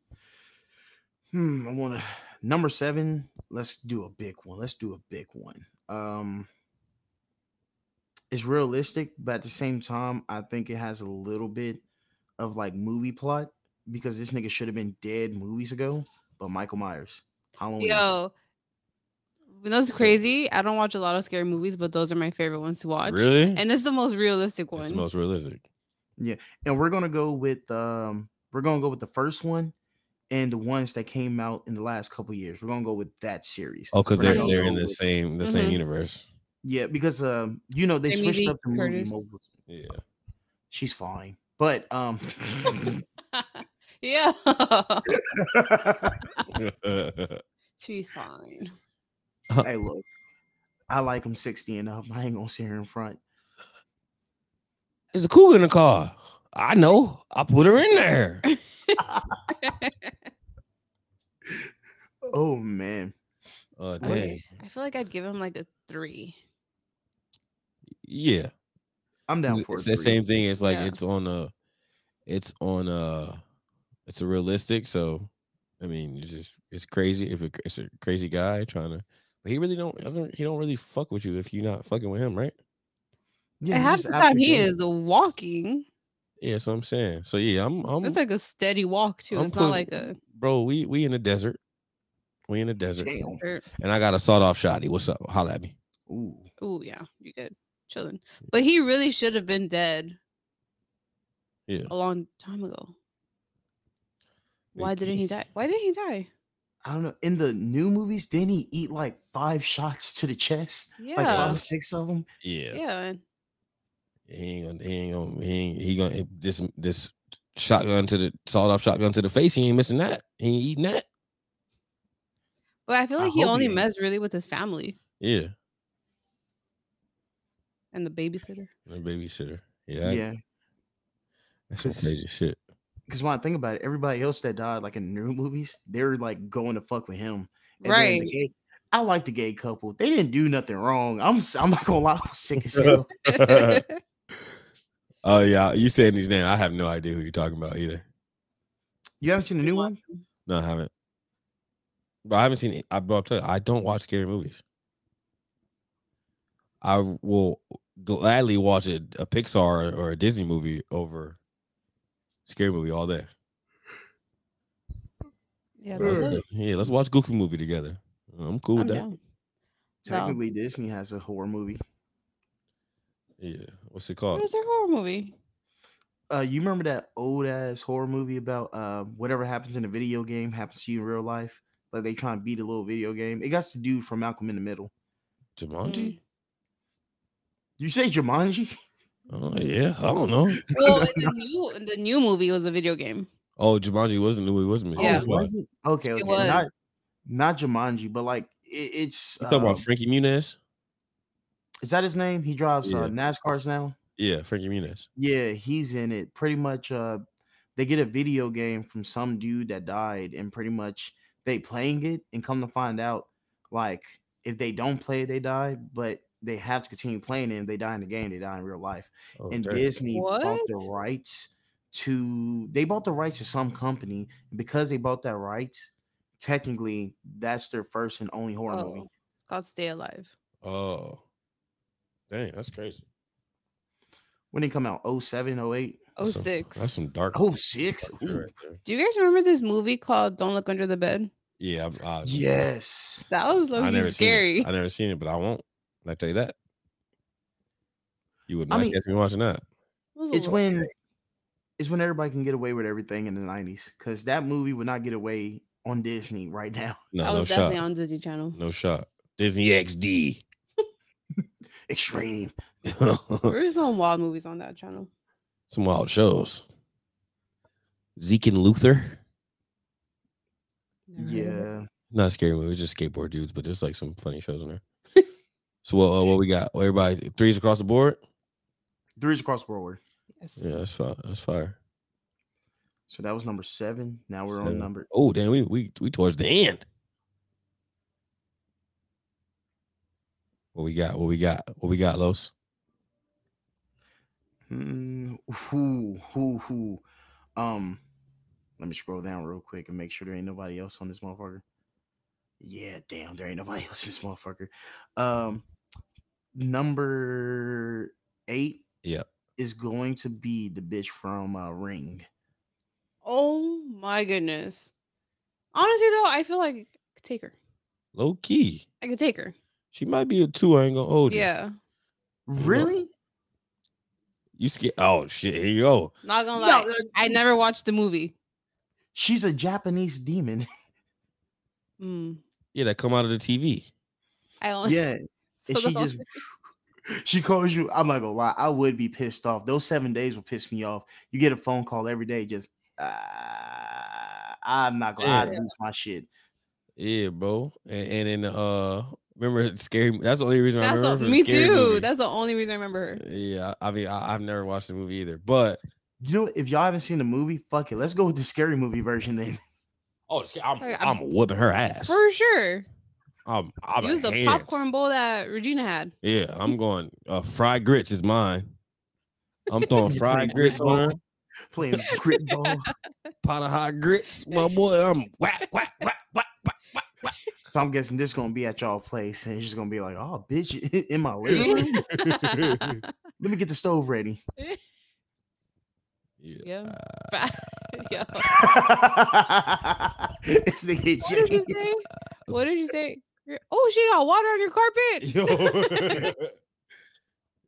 [SPEAKER 1] Hmm. I want to number seven. Let's do a big one. Let's do a big one. Um, it's realistic, but at the same time, I think it has a little bit of like movie plot because this nigga should have been dead movies ago. But Michael Myers, Halloween.
[SPEAKER 3] Yo, you know it's
[SPEAKER 2] So-
[SPEAKER 3] crazy. I don't watch a lot of scary movies, but those are my favorite ones to watch.
[SPEAKER 2] Really?
[SPEAKER 3] And this is the most realistic
[SPEAKER 2] It's
[SPEAKER 3] one.
[SPEAKER 2] the most realistic.
[SPEAKER 1] and we're gonna go with um we're gonna go with the first one and the ones that came out in the last couple years. We're gonna go with that series.
[SPEAKER 2] Oh, because
[SPEAKER 1] We're not
[SPEAKER 2] they're
[SPEAKER 1] gonna
[SPEAKER 2] they're in
[SPEAKER 1] go
[SPEAKER 2] the
[SPEAKER 1] with-
[SPEAKER 2] same the same
[SPEAKER 3] Mhm.
[SPEAKER 2] universe.
[SPEAKER 1] yeah, because um you know they
[SPEAKER 3] Jamie
[SPEAKER 1] switched
[SPEAKER 3] Lee
[SPEAKER 1] up the movie
[SPEAKER 3] Curtis.
[SPEAKER 1] multiple.
[SPEAKER 2] Yeah.
[SPEAKER 1] She's fine, but um
[SPEAKER 3] yeah,
[SPEAKER 2] I
[SPEAKER 3] she's fine.
[SPEAKER 1] hey look, I like him sixty and up. I ain't gonna sit here in front.
[SPEAKER 2] There's a cougar in the car. I know. I put her in there.
[SPEAKER 1] Oh man,
[SPEAKER 2] Oh
[SPEAKER 1] Really?
[SPEAKER 2] dang.
[SPEAKER 3] I feel like I'd give him like a three.
[SPEAKER 2] Yeah.
[SPEAKER 1] I'm down
[SPEAKER 2] It's-
[SPEAKER 1] for
[SPEAKER 2] it's
[SPEAKER 1] it.
[SPEAKER 2] the same thing. It's like
[SPEAKER 3] Yeah.
[SPEAKER 2] it's on a it's on a it's a realistic. So I mean, it's just it's crazy if it, it's a crazy guy trying to but he really don't doesn't he don't really fuck with you if you're not fucking with him, right?
[SPEAKER 1] Yeah,
[SPEAKER 3] and
[SPEAKER 1] he's
[SPEAKER 3] half
[SPEAKER 1] just
[SPEAKER 3] the time
[SPEAKER 1] after
[SPEAKER 3] he
[SPEAKER 1] Jamie.
[SPEAKER 3] is walking.
[SPEAKER 2] Yeah, so I'm saying. So yeah, I'm I'm
[SPEAKER 3] It's like a steady walk too.
[SPEAKER 2] I'm
[SPEAKER 3] it's not
[SPEAKER 2] putting-
[SPEAKER 3] like a
[SPEAKER 2] bro, we we in the desert. We in the desert.
[SPEAKER 1] Damn.
[SPEAKER 3] er,
[SPEAKER 2] And I got a sawed off shotty. What's up? Holla at me.
[SPEAKER 1] Ooh.
[SPEAKER 3] oh yeah, you good chilling. But he really should have been dead.
[SPEAKER 2] Yeah.
[SPEAKER 3] A long time ago.
[SPEAKER 2] They
[SPEAKER 3] Why didn't he
[SPEAKER 2] keep-
[SPEAKER 3] die? Why didn't he die?
[SPEAKER 1] I don't know. In the new movies, didn't he eat like five shots to the chest? Like
[SPEAKER 3] Yeah.
[SPEAKER 1] five, six of them.
[SPEAKER 2] Yeah.
[SPEAKER 3] yeah.
[SPEAKER 2] He ain't gonna he ain't gonna he ain't he gonna this this shotgun to the sawed off shotgun to the face, he ain't missing that. He ain't eating that.
[SPEAKER 3] But I feel
[SPEAKER 1] I
[SPEAKER 3] like he
[SPEAKER 1] hope he
[SPEAKER 3] only
[SPEAKER 1] ain't.
[SPEAKER 3] messed really with his family
[SPEAKER 2] Yeah.
[SPEAKER 3] and the babysitter.
[SPEAKER 2] The babysitter. Yeah. I-
[SPEAKER 1] Yeah.
[SPEAKER 2] That's some
[SPEAKER 1] 'cause-
[SPEAKER 2] crazy shit.
[SPEAKER 1] Because when I think about it, everybody else that died, like in the new movies, they're like going to fuck with him. And then
[SPEAKER 3] Right.
[SPEAKER 1] the gay- I like the gay couple. They didn't do nothing wrong. I'm s- I'm not gonna lie, I'm sick as hell.
[SPEAKER 2] Oh yeah, you saying these names. I have no idea who you're talking about either.
[SPEAKER 1] You haven't seen the new one?
[SPEAKER 2] No, I haven't. But I haven't seen it. I bro, I'm telling you, I don't watch scary movies. I will gladly watch a, a Pixar or a Disney movie over scary movie all day.
[SPEAKER 3] yeah,
[SPEAKER 1] Bro,
[SPEAKER 3] that's
[SPEAKER 1] Sure.
[SPEAKER 3] it.
[SPEAKER 2] Yeah, let's watch Goofy movie together. I'm cool
[SPEAKER 3] I'm
[SPEAKER 2] with that.
[SPEAKER 3] down. No.
[SPEAKER 1] Technically, Disney has a horror movie.
[SPEAKER 2] Yeah. What's it
[SPEAKER 3] What
[SPEAKER 2] called?
[SPEAKER 3] is their horror movie?
[SPEAKER 1] Uh, you remember that old ass horror movie about uh whatever happens in a video game happens to you in real life? Like they trying to beat a little video game. It got the dude from Malcolm in the Middle.
[SPEAKER 2] Jumanji?
[SPEAKER 1] You say Jumanji?
[SPEAKER 3] Mm.
[SPEAKER 2] Oh yeah, I don't know.
[SPEAKER 3] Well, in the new in the new movie was a video game.
[SPEAKER 2] Oh, Jumanji wasn't the movie, wasn't it?
[SPEAKER 3] Yeah.
[SPEAKER 1] Oh, it wasn't okay.
[SPEAKER 3] It
[SPEAKER 1] okay.
[SPEAKER 3] was.
[SPEAKER 1] Not, not Jumanji, but like it, it's.
[SPEAKER 2] You talking
[SPEAKER 1] um,
[SPEAKER 2] about Frankie Muniz?
[SPEAKER 1] is that his name? He drives uh,
[SPEAKER 2] Yeah.
[SPEAKER 1] NASCARs now.
[SPEAKER 2] Yeah, Frankie Muniz.
[SPEAKER 1] Yeah, he's in it. Pretty much, uh, they get a video game from some dude that died, and pretty much they playing it, and come to find out, like if they don't play it, they die, but they have to continue playing it. and they die in the game, they die in real life.
[SPEAKER 2] Oh,
[SPEAKER 1] and
[SPEAKER 2] damn.
[SPEAKER 1] Disney bought the
[SPEAKER 3] What?
[SPEAKER 1] rights to they bought the rights to some company because they bought that rights. Technically, that's their first and only horror
[SPEAKER 3] Oh,
[SPEAKER 1] movie.
[SPEAKER 3] It's called Stay Alive.
[SPEAKER 2] Oh, dang, that's crazy.
[SPEAKER 1] When they come out, 07, 08,
[SPEAKER 3] Oh
[SPEAKER 2] That's some-
[SPEAKER 3] six.
[SPEAKER 2] That's some dark.
[SPEAKER 1] 06?
[SPEAKER 2] dark shit
[SPEAKER 1] Oh, Ooh,
[SPEAKER 2] right there.
[SPEAKER 3] Do you guys remember this movie called Don't Look Under the Bed?
[SPEAKER 2] Yeah, I'm, I,
[SPEAKER 1] Yes.
[SPEAKER 3] That was
[SPEAKER 2] I
[SPEAKER 3] low
[SPEAKER 2] never Seen
[SPEAKER 3] scary.
[SPEAKER 2] it. I never seen it, but I won't. I tell you that. You would
[SPEAKER 1] I
[SPEAKER 2] not
[SPEAKER 1] mean-
[SPEAKER 2] catch me watching that.
[SPEAKER 3] That was a
[SPEAKER 1] It's
[SPEAKER 3] little
[SPEAKER 1] when
[SPEAKER 3] scary.
[SPEAKER 1] it's when everybody can get away with everything in the 90s because that movie would not get away on Disney right now.
[SPEAKER 2] No,
[SPEAKER 3] I
[SPEAKER 2] no
[SPEAKER 3] was
[SPEAKER 2] shot.
[SPEAKER 3] definitely on Disney Channel.
[SPEAKER 2] No shot. Disney XD.
[SPEAKER 1] Extreme.
[SPEAKER 3] There were some wild movies on that channel.
[SPEAKER 2] Some wild shows. Zeke and Luther.
[SPEAKER 3] Never heard of it.
[SPEAKER 1] Yeah.
[SPEAKER 2] Not a scary movie. It's just skateboard dudes, but there's like some funny shows in there. so what? Uh, what we got? Oh, everybody threes across the board.
[SPEAKER 1] Three's across the board.
[SPEAKER 3] Yes.
[SPEAKER 2] Yeah, that's fire. That's fire.
[SPEAKER 1] So that was number seven. Now we're on
[SPEAKER 2] Seven.
[SPEAKER 1] number
[SPEAKER 2] Oh damn, we we we towards the end. What we got? What we got? What we got, Los?
[SPEAKER 1] Mm, who, who, who? Um, let me scroll down real quick and make sure there ain't nobody else on this motherfucker. Yeah, damn, there ain't nobody else in this motherfucker. Um, number eight,
[SPEAKER 2] Yep.
[SPEAKER 1] is going to be the bitch from uh, Ring.
[SPEAKER 3] Oh my goodness. Honestly though, I feel like I could take her.
[SPEAKER 2] Low key.
[SPEAKER 3] I could take her.
[SPEAKER 2] She might be a two. I ain't gonna hold you.
[SPEAKER 3] Yeah.
[SPEAKER 2] know-
[SPEAKER 1] Really?
[SPEAKER 2] You scared? Oh shit! Here you go.
[SPEAKER 3] Not gonna
[SPEAKER 1] No,
[SPEAKER 3] lie.
[SPEAKER 1] uh,
[SPEAKER 3] I never watched the movie.
[SPEAKER 1] she's a Japanese demon.
[SPEAKER 3] Mm.
[SPEAKER 2] Yeah, that come out of the TV.
[SPEAKER 3] I only
[SPEAKER 1] yeah, and
[SPEAKER 3] so
[SPEAKER 1] she
[SPEAKER 3] the whole
[SPEAKER 1] just
[SPEAKER 3] thing-
[SPEAKER 1] she calls you. I'm not gonna lie, I would be pissed off. Those seven days will piss me off. You get a phone call every day, just uh, I'm not gonna I'd
[SPEAKER 2] Yeah.
[SPEAKER 1] lose my shit.
[SPEAKER 2] Yeah, bro. And, and then uh, remember it's scary? That's the only reason I
[SPEAKER 3] that's
[SPEAKER 2] remember.
[SPEAKER 3] the-
[SPEAKER 2] from the
[SPEAKER 3] me
[SPEAKER 2] scary
[SPEAKER 3] too.
[SPEAKER 2] movie.
[SPEAKER 3] That's the only reason I remember her.
[SPEAKER 2] yeah. I mean, I, I've never watched the movie either, but
[SPEAKER 1] You know, what? if y'all haven't seen the movie, fuck it. Let's go with the scary movie version then.
[SPEAKER 2] oh, it's- I'm,
[SPEAKER 3] Like,
[SPEAKER 2] I'm
[SPEAKER 3] I'm-
[SPEAKER 2] whooping her ass.
[SPEAKER 3] For sure.
[SPEAKER 2] I'm, I'm
[SPEAKER 3] Use the
[SPEAKER 2] hands.
[SPEAKER 3] popcorn bowl that Regina had.
[SPEAKER 2] Yeah, I'm going. Uh, fried grits is mine. I'm throwing
[SPEAKER 1] You
[SPEAKER 2] fried
[SPEAKER 1] playing
[SPEAKER 2] grits
[SPEAKER 1] grit ball?
[SPEAKER 2] on
[SPEAKER 1] Playing grit ball.
[SPEAKER 2] pot of hot grits, my boy. I'm whack, whack, whack, whack, whack, whack, whack.
[SPEAKER 1] So I'm guessing this gonna be at y'all place, and it's just gonna be like, oh bitch, in my living room.
[SPEAKER 3] yeah.
[SPEAKER 1] Let me get the stove ready.
[SPEAKER 2] Yeah. Uh,
[SPEAKER 3] yeah.
[SPEAKER 1] it's the
[SPEAKER 3] What did you say? What did you say? You're- Oh, she got water on your carpet.
[SPEAKER 2] Yo.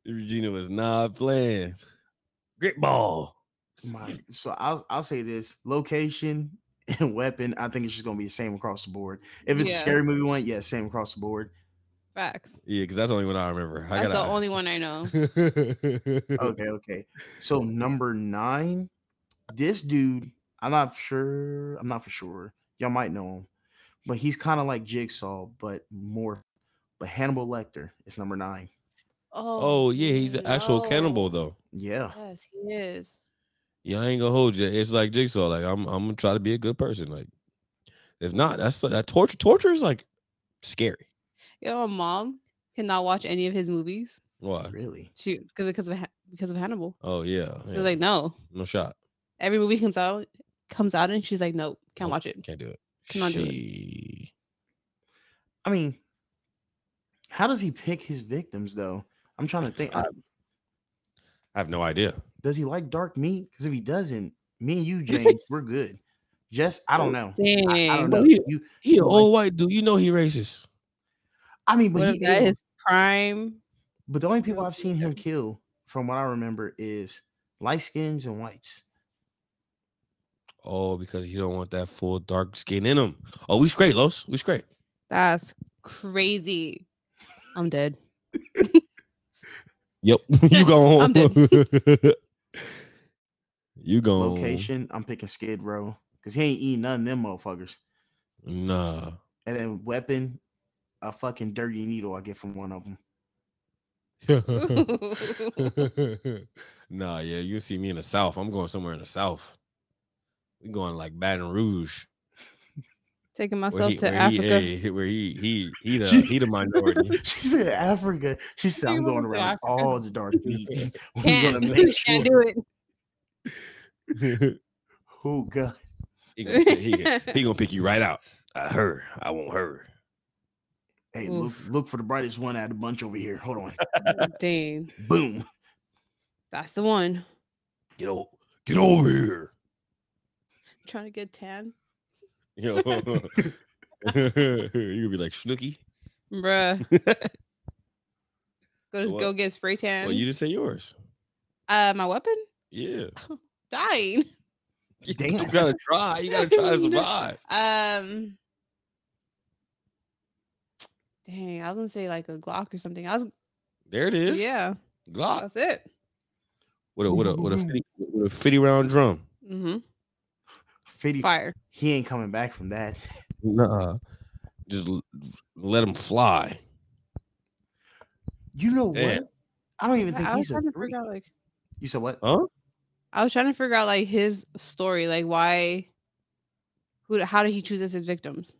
[SPEAKER 2] Regina was not playing. Grit ball.
[SPEAKER 1] My, so I'll I'll say this: location and weapon. I think it's just gonna be the same across the board. If it's a
[SPEAKER 3] Yeah.
[SPEAKER 1] scary movie one, yeah, same across the board.
[SPEAKER 3] Facts.
[SPEAKER 2] Yeah, because that's the only one I remember. I
[SPEAKER 3] That's the
[SPEAKER 2] got
[SPEAKER 3] only one I know.
[SPEAKER 2] Oh,
[SPEAKER 3] Oh,
[SPEAKER 1] Okay, okay. So number nine, this dude. I'm not sure. I'm not for sure. Y'all might know him, but he's kind of like Jigsaw, but more. But Hannibal Lecter is number nine.
[SPEAKER 2] Oh yeah, he's an
[SPEAKER 3] no.
[SPEAKER 2] actual cannibal though.
[SPEAKER 1] Yeah,
[SPEAKER 3] Yes, he is.
[SPEAKER 2] Yeah, I ain't gonna hold you. It's like jigsaw. Like I'm, I'm gonna try to be a good person. Like if not, that's that torture. Torture is like scary.
[SPEAKER 3] Yo, my mom cannot watch any of his movies.
[SPEAKER 2] Why?
[SPEAKER 1] really.
[SPEAKER 3] She because because of Ha- because of Hannibal.
[SPEAKER 2] Oh yeah,
[SPEAKER 3] She
[SPEAKER 2] yeah.
[SPEAKER 3] was like, no.
[SPEAKER 2] no shot.
[SPEAKER 3] Every movie comes out comes out and she's like, no, can't
[SPEAKER 2] Nope,
[SPEAKER 3] watch it.
[SPEAKER 2] Can't do it.
[SPEAKER 3] Cannot do it.
[SPEAKER 2] She-
[SPEAKER 1] I mean, how does he pick his victims though? I'm trying to think. I-
[SPEAKER 2] I have no idea.
[SPEAKER 1] does he like dark meat? Because if he doesn't, me and you, James, we're good. Just I don't know.
[SPEAKER 3] Dang.
[SPEAKER 1] I, I don't
[SPEAKER 2] Well,
[SPEAKER 1] know.
[SPEAKER 2] he-
[SPEAKER 1] You,
[SPEAKER 2] He an
[SPEAKER 1] Like-
[SPEAKER 2] old white dude. You know he racist.
[SPEAKER 1] I mean,
[SPEAKER 3] What
[SPEAKER 1] but
[SPEAKER 3] if
[SPEAKER 1] he,
[SPEAKER 3] that
[SPEAKER 1] ate-
[SPEAKER 3] is prime?
[SPEAKER 1] but the only people
[SPEAKER 3] Real
[SPEAKER 1] I've seen him kill, from what I remember, is light skins and whites.
[SPEAKER 2] Oh, because he don't want that full dark skin in him. Oh, we straight, Los. We straight.
[SPEAKER 3] That's crazy. I'm dead.
[SPEAKER 2] Yep. you
[SPEAKER 3] I'm
[SPEAKER 2] going home. you
[SPEAKER 3] Oh.
[SPEAKER 2] going home.
[SPEAKER 1] Location, I'm picking Skid Row because he ain't eating none of them motherfuckers.
[SPEAKER 2] Nah.
[SPEAKER 1] And then weapon, a fucking dirty needle I get from one of them.
[SPEAKER 2] nah, yeah, you see me in the South. I'm going somewhere in the South. We going like Baton Rouge,
[SPEAKER 3] Taking
[SPEAKER 2] where
[SPEAKER 3] myself
[SPEAKER 2] he,
[SPEAKER 3] to
[SPEAKER 2] where he,
[SPEAKER 3] Africa.
[SPEAKER 2] eh, where he, he, he the, he the minority.
[SPEAKER 1] she said Africa. She said
[SPEAKER 3] think
[SPEAKER 1] I'm
[SPEAKER 3] we'll
[SPEAKER 1] going
[SPEAKER 3] go to
[SPEAKER 1] around
[SPEAKER 3] Africa."
[SPEAKER 1] all the dark meat. We're
[SPEAKER 3] Can't,
[SPEAKER 1] gonna make sure.
[SPEAKER 3] can't do it.
[SPEAKER 2] he,
[SPEAKER 1] Oh god.
[SPEAKER 2] gonna, pick- he, gonna- he gonna pick you right out. I her, I want her.
[SPEAKER 1] Hey,
[SPEAKER 3] Oof.
[SPEAKER 1] look, look for the brightest one out of the bunch over here. Hold on.
[SPEAKER 3] Dang,
[SPEAKER 1] Boom.
[SPEAKER 3] that's the one.
[SPEAKER 2] Get over, get over here.
[SPEAKER 3] trying to get tan,
[SPEAKER 2] Yo, you gonna be like Snooky.
[SPEAKER 3] bruh. Go
[SPEAKER 2] What?
[SPEAKER 3] go get spray tan.
[SPEAKER 2] Well, you just say yours.
[SPEAKER 3] uh, my weapon
[SPEAKER 2] Yeah.
[SPEAKER 3] dying.
[SPEAKER 2] You-
[SPEAKER 1] Damn.
[SPEAKER 2] You gotta try. You gotta try to survive.
[SPEAKER 3] Um, dang, I was gonna say like a Glock or something. I was,
[SPEAKER 2] There it is.
[SPEAKER 3] yeah,
[SPEAKER 2] Glock
[SPEAKER 3] that's it.
[SPEAKER 2] with a with a with a 50, with a 50 round drum.
[SPEAKER 3] hmm
[SPEAKER 1] Fitty,
[SPEAKER 3] Fire.
[SPEAKER 1] he ain't coming back from that.
[SPEAKER 2] Nah. Just l- let him fly.
[SPEAKER 1] You know
[SPEAKER 2] Damn.
[SPEAKER 1] what? I don't even
[SPEAKER 3] I,
[SPEAKER 1] think
[SPEAKER 3] I was
[SPEAKER 1] he's a
[SPEAKER 3] trying to
[SPEAKER 1] three.
[SPEAKER 3] figure out like
[SPEAKER 1] You said what?
[SPEAKER 2] Huh?
[SPEAKER 3] I was trying to figure out like his story, like why, who, d- how did he choose as his victims?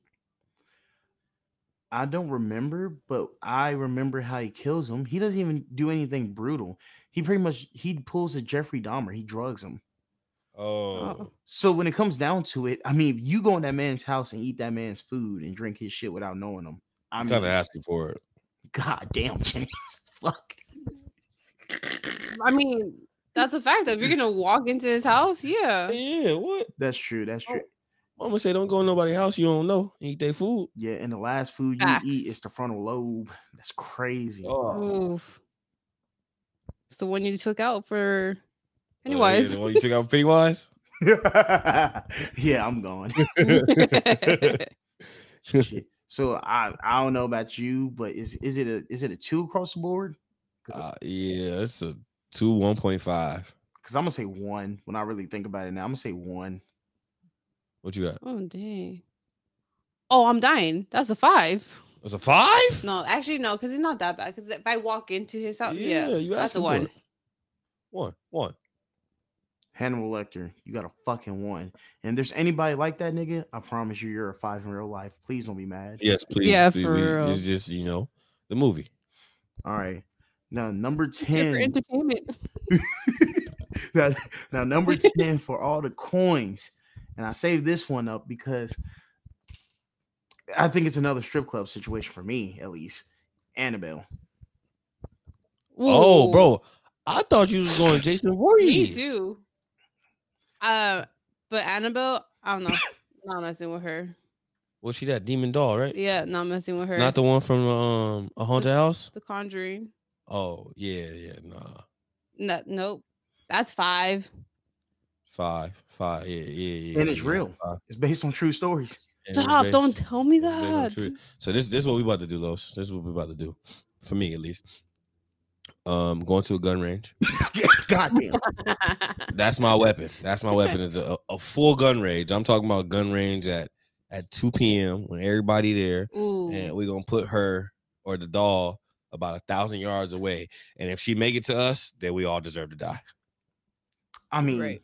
[SPEAKER 1] I don't remember, but I remember how he kills him. He doesn't even do anything brutal. He pretty much he pulls a Jeffrey Dahmer. He drugs him.
[SPEAKER 2] Oh.
[SPEAKER 1] So when it comes down to it, I mean, if you go in that man's house and eat that man's food and drink his shit without knowing him, I
[SPEAKER 2] I'm
[SPEAKER 1] mean,
[SPEAKER 2] kind of asking for it.
[SPEAKER 1] god damn, James, fuck.
[SPEAKER 3] I mean, that's a fact. If you're gonna walk into his house, yeah,
[SPEAKER 2] Uh, Yeah, what?
[SPEAKER 1] That's true. That's
[SPEAKER 3] Oh.
[SPEAKER 1] true.
[SPEAKER 2] Mama say don't go to nobody's house you don't know. and Eat their food.
[SPEAKER 1] Yeah, and the last food you eat
[SPEAKER 3] Facts.
[SPEAKER 1] is the frontal lobe. That's crazy.
[SPEAKER 2] Oh.
[SPEAKER 3] Oof. It's the one you took out for
[SPEAKER 2] Oh, yeah,
[SPEAKER 3] Pennywise.
[SPEAKER 2] the one you took out Pennywise.
[SPEAKER 1] yeah, I'm gone. Shit. So I I don't know about you, but is is it a is it a two across the board? Because
[SPEAKER 2] Uh, yeah, it's a two one point five.
[SPEAKER 1] I'm gonna say one when I really think about it. Now I'm gonna say one.
[SPEAKER 2] What you got?
[SPEAKER 3] oh dang. Oh, I'm dying. That's a five.
[SPEAKER 2] It's a five.
[SPEAKER 3] No, actually no, because it's not that bad. Because if I walk into his house, oh, yeah,
[SPEAKER 2] Yeah, you
[SPEAKER 3] that's the
[SPEAKER 2] asking for
[SPEAKER 3] one.
[SPEAKER 2] it. One, one.
[SPEAKER 1] Hannibal Lecter, you got a fucking one. And there's anybody like that nigga, I promise you, you're a five in real life. Please don't be mad.
[SPEAKER 2] Yes, please.
[SPEAKER 3] Yeah,
[SPEAKER 2] please,
[SPEAKER 3] for
[SPEAKER 2] we-
[SPEAKER 3] real.
[SPEAKER 2] It's just you know the movie.
[SPEAKER 1] All right. Now number
[SPEAKER 3] Yeah, for
[SPEAKER 1] ten.
[SPEAKER 3] entertainment.
[SPEAKER 1] now, now number ten for all the coins. And I saved this one up because I think it's another strip club situation for me, at least. Annabelle.
[SPEAKER 2] Oh,
[SPEAKER 3] Ooh,
[SPEAKER 2] bro, I thought you was going Jason Voorhees.
[SPEAKER 3] Me too. Uh, but Annabelle, I don't know. not messing with her.
[SPEAKER 2] Was she that demon doll, right?
[SPEAKER 3] Yeah, not messing with her.
[SPEAKER 2] Not the one from um a haunted house.
[SPEAKER 3] the Conjuring.
[SPEAKER 2] Oh yeah, yeah, nah.
[SPEAKER 3] No, nope. That's five.
[SPEAKER 2] Five, five, yeah, yeah, yeah.
[SPEAKER 1] And it's
[SPEAKER 2] yeah,
[SPEAKER 1] real.
[SPEAKER 2] five.
[SPEAKER 1] It's based on true stories.
[SPEAKER 2] And it's
[SPEAKER 3] Stop!
[SPEAKER 2] based-
[SPEAKER 3] Don't tell me
[SPEAKER 2] it's based on
[SPEAKER 3] that.
[SPEAKER 2] true- So this this is what we about to do, Los. This is what we about to do, for me at least. Um, going to a gun range.
[SPEAKER 1] God damn.
[SPEAKER 2] That's my weapon. That's my weapon. Is a, a full gun range. I'm talking about gun range at at 2 p.m. when everybody there,
[SPEAKER 3] Ooh.
[SPEAKER 2] and we're gonna put her or the doll about a thousand yards away. And if she make it to us, then we all deserve to die.
[SPEAKER 1] I mean,
[SPEAKER 3] Right.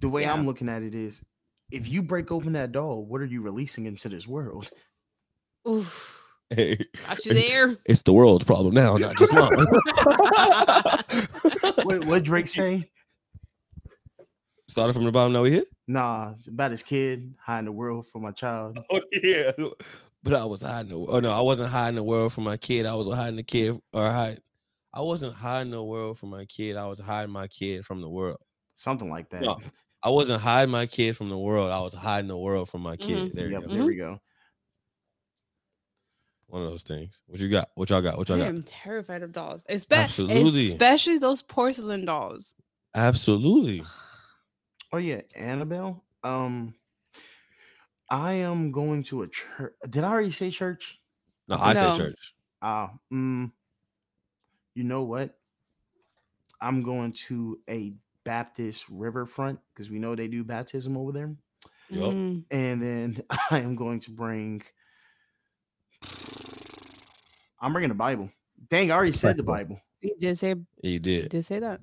[SPEAKER 1] the way
[SPEAKER 3] Yeah.
[SPEAKER 1] I'm looking at it is if you break open that doll, what are you releasing into this world?
[SPEAKER 3] Oof. Got you
[SPEAKER 2] it's
[SPEAKER 3] there.
[SPEAKER 2] the world's problem now, not just mine.
[SPEAKER 1] What what Drake say?
[SPEAKER 2] Started from the bottom, now we hit.
[SPEAKER 1] Nah, it's about his kid hiding the world for my child.
[SPEAKER 2] Oh yeah, but I was hiding. The, oh no, I wasn't hiding the world from my kid. I was hiding the kid, or hide. I wasn't hiding the world from my kid. I was hiding my kid from the world.
[SPEAKER 1] Something like that.
[SPEAKER 2] No, I wasn't hiding my kid from the world. I was hiding the world from my kid. There you
[SPEAKER 1] Mm-hmm. Yep,
[SPEAKER 2] go.
[SPEAKER 1] there we
[SPEAKER 3] Mm-hmm.
[SPEAKER 1] go.
[SPEAKER 2] One of those things. What you got? What y'all got? What
[SPEAKER 3] I
[SPEAKER 2] y'all got?
[SPEAKER 3] am terrified of dolls. Espe-
[SPEAKER 2] Absolutely.
[SPEAKER 3] Especially those porcelain dolls.
[SPEAKER 2] Absolutely.
[SPEAKER 1] Oh yeah, Annabelle. Um I am going to a church. Did I already say church?
[SPEAKER 2] No, I
[SPEAKER 3] No.
[SPEAKER 2] said church.
[SPEAKER 1] Ah, mm, you know what? I'm going to a Baptist riverfront because we know they do baptism over there.
[SPEAKER 2] Yup.
[SPEAKER 3] Mm.
[SPEAKER 1] And then I am going to bring. I'm bringing the Bible. Dang, I already said the Bible.
[SPEAKER 3] You did say
[SPEAKER 2] He
[SPEAKER 3] you
[SPEAKER 2] did.
[SPEAKER 3] did say that.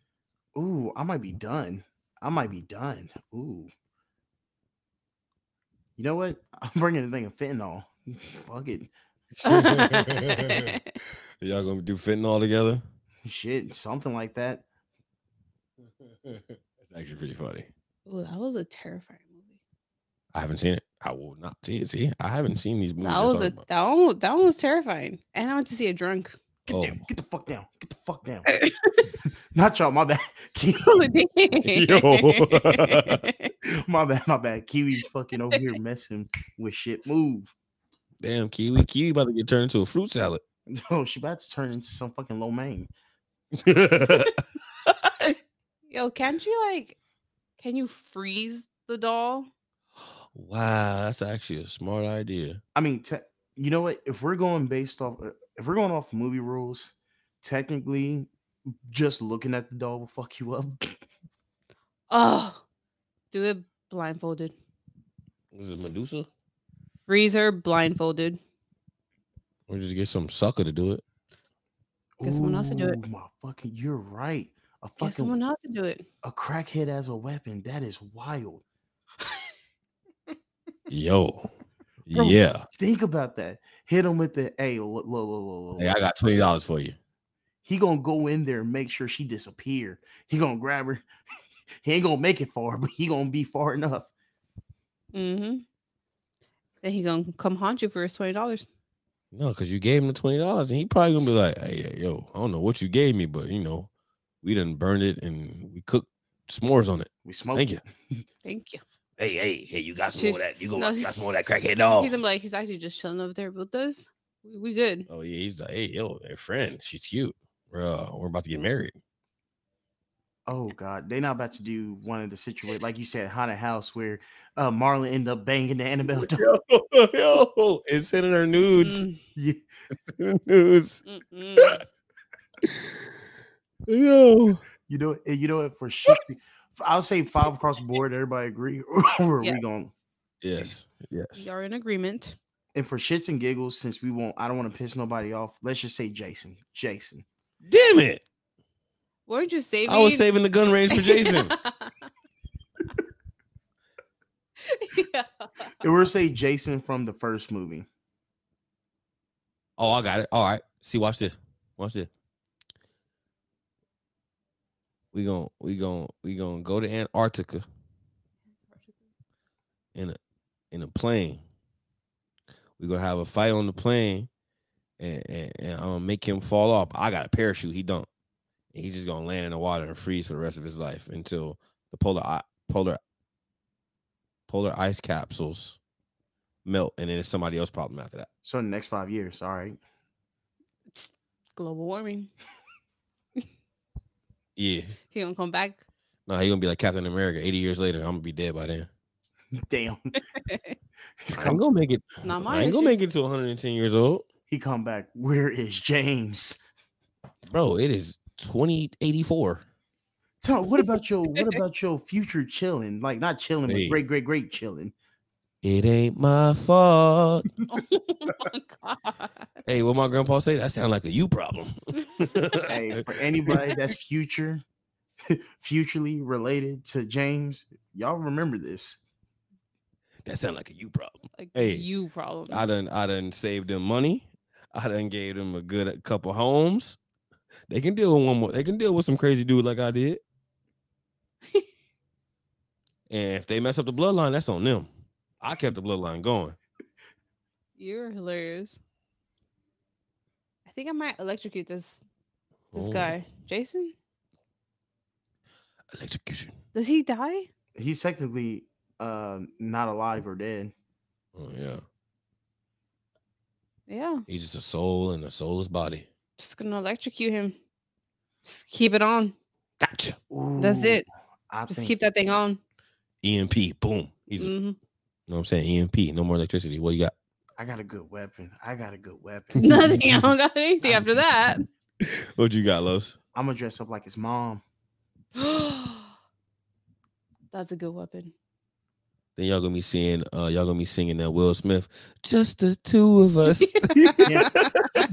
[SPEAKER 1] Ooh, I might be done. I might be done. Ooh. You know what? I'm bringing a thing of fentanyl. Fuck it.
[SPEAKER 2] Y'all gonna do fentanyl together?
[SPEAKER 1] Shit, something like that.
[SPEAKER 2] It's actually pretty funny.
[SPEAKER 3] Ooh, that was a terrifying movie.
[SPEAKER 2] I haven't seen it. I will not see it. See, I haven't seen these movies.
[SPEAKER 3] That
[SPEAKER 2] you're
[SPEAKER 3] was a
[SPEAKER 2] talking about.
[SPEAKER 3] that one, that one was terrifying. And I went to see it drunk.
[SPEAKER 1] Get
[SPEAKER 2] Oh.
[SPEAKER 1] down. Get the fuck down. Get the fuck down. Not y'all. My bad. Ki- my bad. My bad. Kiwi's fucking over here messing with shit. Move.
[SPEAKER 2] Damn, kiwi, kiwi about to get turned into a fruit salad.
[SPEAKER 1] Oh, she about to turn into some fucking lo mein.
[SPEAKER 3] Yo, can't you like can you freeze the doll?
[SPEAKER 2] wow, that's actually a smart idea.
[SPEAKER 1] I mean, te- you know what? If we're going based off, uh, if we're going off movie rules, technically, just looking at the doll will fuck you up.
[SPEAKER 3] Oh do it blindfolded.
[SPEAKER 2] Was it Medusa?
[SPEAKER 3] Freeze her blindfolded.
[SPEAKER 2] Or just get some sucker to do it?
[SPEAKER 3] Get someone else to do it.
[SPEAKER 1] Ooh, My fucking, you're right. A
[SPEAKER 3] Get
[SPEAKER 1] fucking
[SPEAKER 3] someone else to do it.
[SPEAKER 1] a crackhead as a weapon. That is wild.
[SPEAKER 2] Yo,
[SPEAKER 1] Bro.
[SPEAKER 2] yeah.
[SPEAKER 1] Think about that. Hit him with the hey, look, look, look, look, look,
[SPEAKER 2] Hey,
[SPEAKER 1] look."
[SPEAKER 2] I got twenty dollars for you.
[SPEAKER 1] He gonna go in there and make sure she disappear. He gonna grab her. he ain't gonna make it far, but he gonna be far enough.
[SPEAKER 3] Mm-hmm. Then he gonna come haunt you for his twenty dollars.
[SPEAKER 2] No, because you gave him the twenty dollars, and he probably gonna be like, "Hey, yo, I don't know what you gave me, but you know, we done burned it and we cooked s'mores on it.
[SPEAKER 1] We smoke.
[SPEAKER 2] Thank you."
[SPEAKER 3] Thank you.
[SPEAKER 2] Hey, hey, hey, you got
[SPEAKER 3] some more of
[SPEAKER 2] that? You
[SPEAKER 3] gonna- No, got
[SPEAKER 2] some more of that crackhead
[SPEAKER 3] He's gonna be like he's actually just chilling over there with us. We, we good.
[SPEAKER 2] Oh yeah, he's like, "Hey, yo, hey, friend, she's cute, bro. We're about to get married."
[SPEAKER 1] Oh God, they not about to do one of the situation like you said, haunted house where uh Marlon end up banging the Annabelle doll.
[SPEAKER 2] yo, yo, it's sending her nudes.
[SPEAKER 3] Mm,
[SPEAKER 1] Yeah.
[SPEAKER 2] Sending nudes.
[SPEAKER 3] mm, mm.
[SPEAKER 2] Yo,
[SPEAKER 1] You know, and you know what? For shit, I'll say five across the board. Everybody agree, or
[SPEAKER 3] Yeah.
[SPEAKER 1] we going
[SPEAKER 2] yes, yes.
[SPEAKER 3] We are in agreement.
[SPEAKER 1] and for shits and giggles, since we won't, I don't want to piss nobody off. Let's just say Jason. Jason.
[SPEAKER 2] Damn it!
[SPEAKER 3] Weren't you saving?
[SPEAKER 2] I was saving the gun range for Jason.
[SPEAKER 3] yeah.
[SPEAKER 1] It will say Jason from the first movie.
[SPEAKER 2] Oh, I got it. All right. See, watch this. Watch this. We gon' we gon' we gon' go to Antarctica in a in a plane. We gonna have a fight on the plane, and, and, and I'm gonna make him fall off. I got a parachute. He don't. And he's just gonna land in the water and freeze for the rest of his life until the polar i- polar polar ice capsules melt, and then it's somebody else's problem after that.
[SPEAKER 1] So in the next five years, all right.
[SPEAKER 3] Global warming.
[SPEAKER 2] Yeah.
[SPEAKER 3] He gonna come back.
[SPEAKER 2] No, he gonna be like Captain America. Eighty years later, I'm gonna be dead by then.
[SPEAKER 1] Damn. He's
[SPEAKER 2] I'm
[SPEAKER 1] come,
[SPEAKER 2] gonna make it.
[SPEAKER 3] not my
[SPEAKER 2] I ain't gonna
[SPEAKER 3] issue.
[SPEAKER 2] make it to 110 years old,
[SPEAKER 1] he come back. Where is James?
[SPEAKER 2] bro. It is 2084.
[SPEAKER 1] Tom, what about your what about your future chilling? Like not chilling,
[SPEAKER 2] Hey.
[SPEAKER 1] but great, great, great chilling.
[SPEAKER 2] It ain't my fault.
[SPEAKER 3] Oh my
[SPEAKER 2] hey, what my grandpa say? That sound like a you problem.
[SPEAKER 1] Hey, for anybody that's future, futurely related to James, y'all remember this.
[SPEAKER 2] that sound like a you problem.
[SPEAKER 3] Like
[SPEAKER 2] Hey,
[SPEAKER 3] you problem.
[SPEAKER 2] I done I done saved them money. I done gave them a good couple homes. They can deal with one more. They can deal with some crazy dude like I did. and if they mess up the bloodline, that's on them. I kept the bloodline going.
[SPEAKER 3] You're hilarious. I think I might electrocute this this
[SPEAKER 2] Oh.
[SPEAKER 3] guy. Jason?
[SPEAKER 2] Electrocution.
[SPEAKER 3] Does he die?
[SPEAKER 1] He's technically uh not alive or dead.
[SPEAKER 2] Oh yeah.
[SPEAKER 3] Yeah.
[SPEAKER 2] He's just a soul in a soulless body.
[SPEAKER 3] Just gonna electrocute him. Just keep it on.
[SPEAKER 2] Gotcha.
[SPEAKER 3] That's
[SPEAKER 1] Ooh,
[SPEAKER 3] it.
[SPEAKER 1] I
[SPEAKER 3] Just
[SPEAKER 1] think-
[SPEAKER 3] keep that thing on.
[SPEAKER 2] EMP. E Boom. He's you
[SPEAKER 3] Mhm.
[SPEAKER 2] know what I'm saying? EMP. No more electricity. What you got?
[SPEAKER 1] I got a good weapon. I got a good weapon.
[SPEAKER 3] Nothing. I don't got anything after that.
[SPEAKER 2] What you got, Los?
[SPEAKER 1] I'm gonna dress up like his mom.
[SPEAKER 3] That's a good weapon.
[SPEAKER 2] Then y'all gonna be seeing uh y'all gonna be singing that Will Smith, just the two of us.
[SPEAKER 1] Yeah.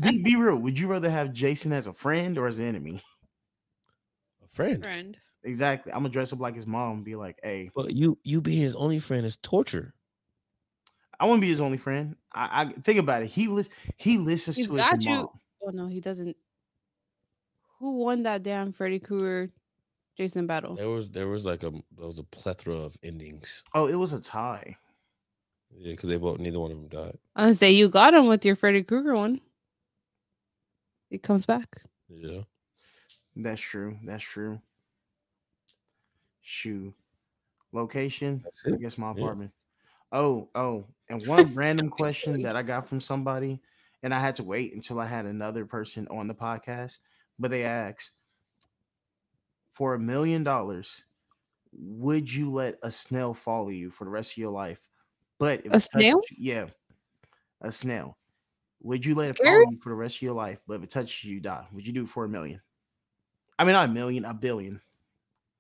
[SPEAKER 1] be, be real. Would you rather have Jason as a friend or as an enemy?
[SPEAKER 2] A friend.
[SPEAKER 3] Friend.
[SPEAKER 1] Exactly. I'm gonna dress up like his mom and be like, "Hey,
[SPEAKER 2] But you you being his only friend is torture.
[SPEAKER 1] I want to be his only friend." I, I think about it. He lis- he listens
[SPEAKER 3] He's
[SPEAKER 1] to his
[SPEAKER 3] got
[SPEAKER 1] mom.
[SPEAKER 3] you. Oh no, he doesn't. Who won that damn Freddy Krueger, Jason battle?
[SPEAKER 2] There was there was like a there was a plethora of endings.
[SPEAKER 1] Oh, it was a tie.
[SPEAKER 2] Yeah, because they both neither one of them died.
[SPEAKER 3] I would say you got him with your Freddy Krueger one. It comes back.
[SPEAKER 2] Yeah.
[SPEAKER 1] That's true. That's true. Shoe location.
[SPEAKER 2] That's
[SPEAKER 1] I
[SPEAKER 2] it.
[SPEAKER 1] guess my
[SPEAKER 2] Yeah.
[SPEAKER 1] apartment. Oh, oh, and one random question that I got from somebody, and I had to wait until I had another person on the podcast, but they asked for a million dollars, would you let a snail follow you for the rest of your life? But if it
[SPEAKER 3] A
[SPEAKER 1] touches
[SPEAKER 3] snail?
[SPEAKER 1] you- yeah, a snail. Would you let it
[SPEAKER 3] Gary?
[SPEAKER 1] follow you for the rest of your life? But if it touches you, you die. Would you do it for a million? I mean, not a million, a billion.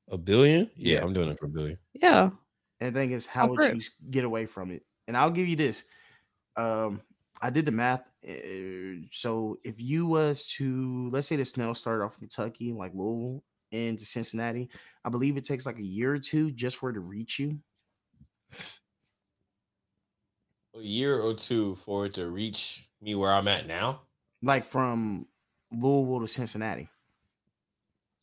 [SPEAKER 2] A billion? Yeah,
[SPEAKER 1] Yeah.
[SPEAKER 2] I'm doing it for a billion.
[SPEAKER 3] Yeah.
[SPEAKER 1] And the thing is, how would
[SPEAKER 3] prove.
[SPEAKER 1] you s- get away from it? And I'll give you this. Um, I did the math. uh, So if you was to, let's say the snail started off in Kentucky, like Louisville, into Cincinnati, I believe it takes like a year or two just for it to reach you.
[SPEAKER 2] A year or two for it to reach me where I'm at now.
[SPEAKER 1] Like from Louisville to Cincinnati.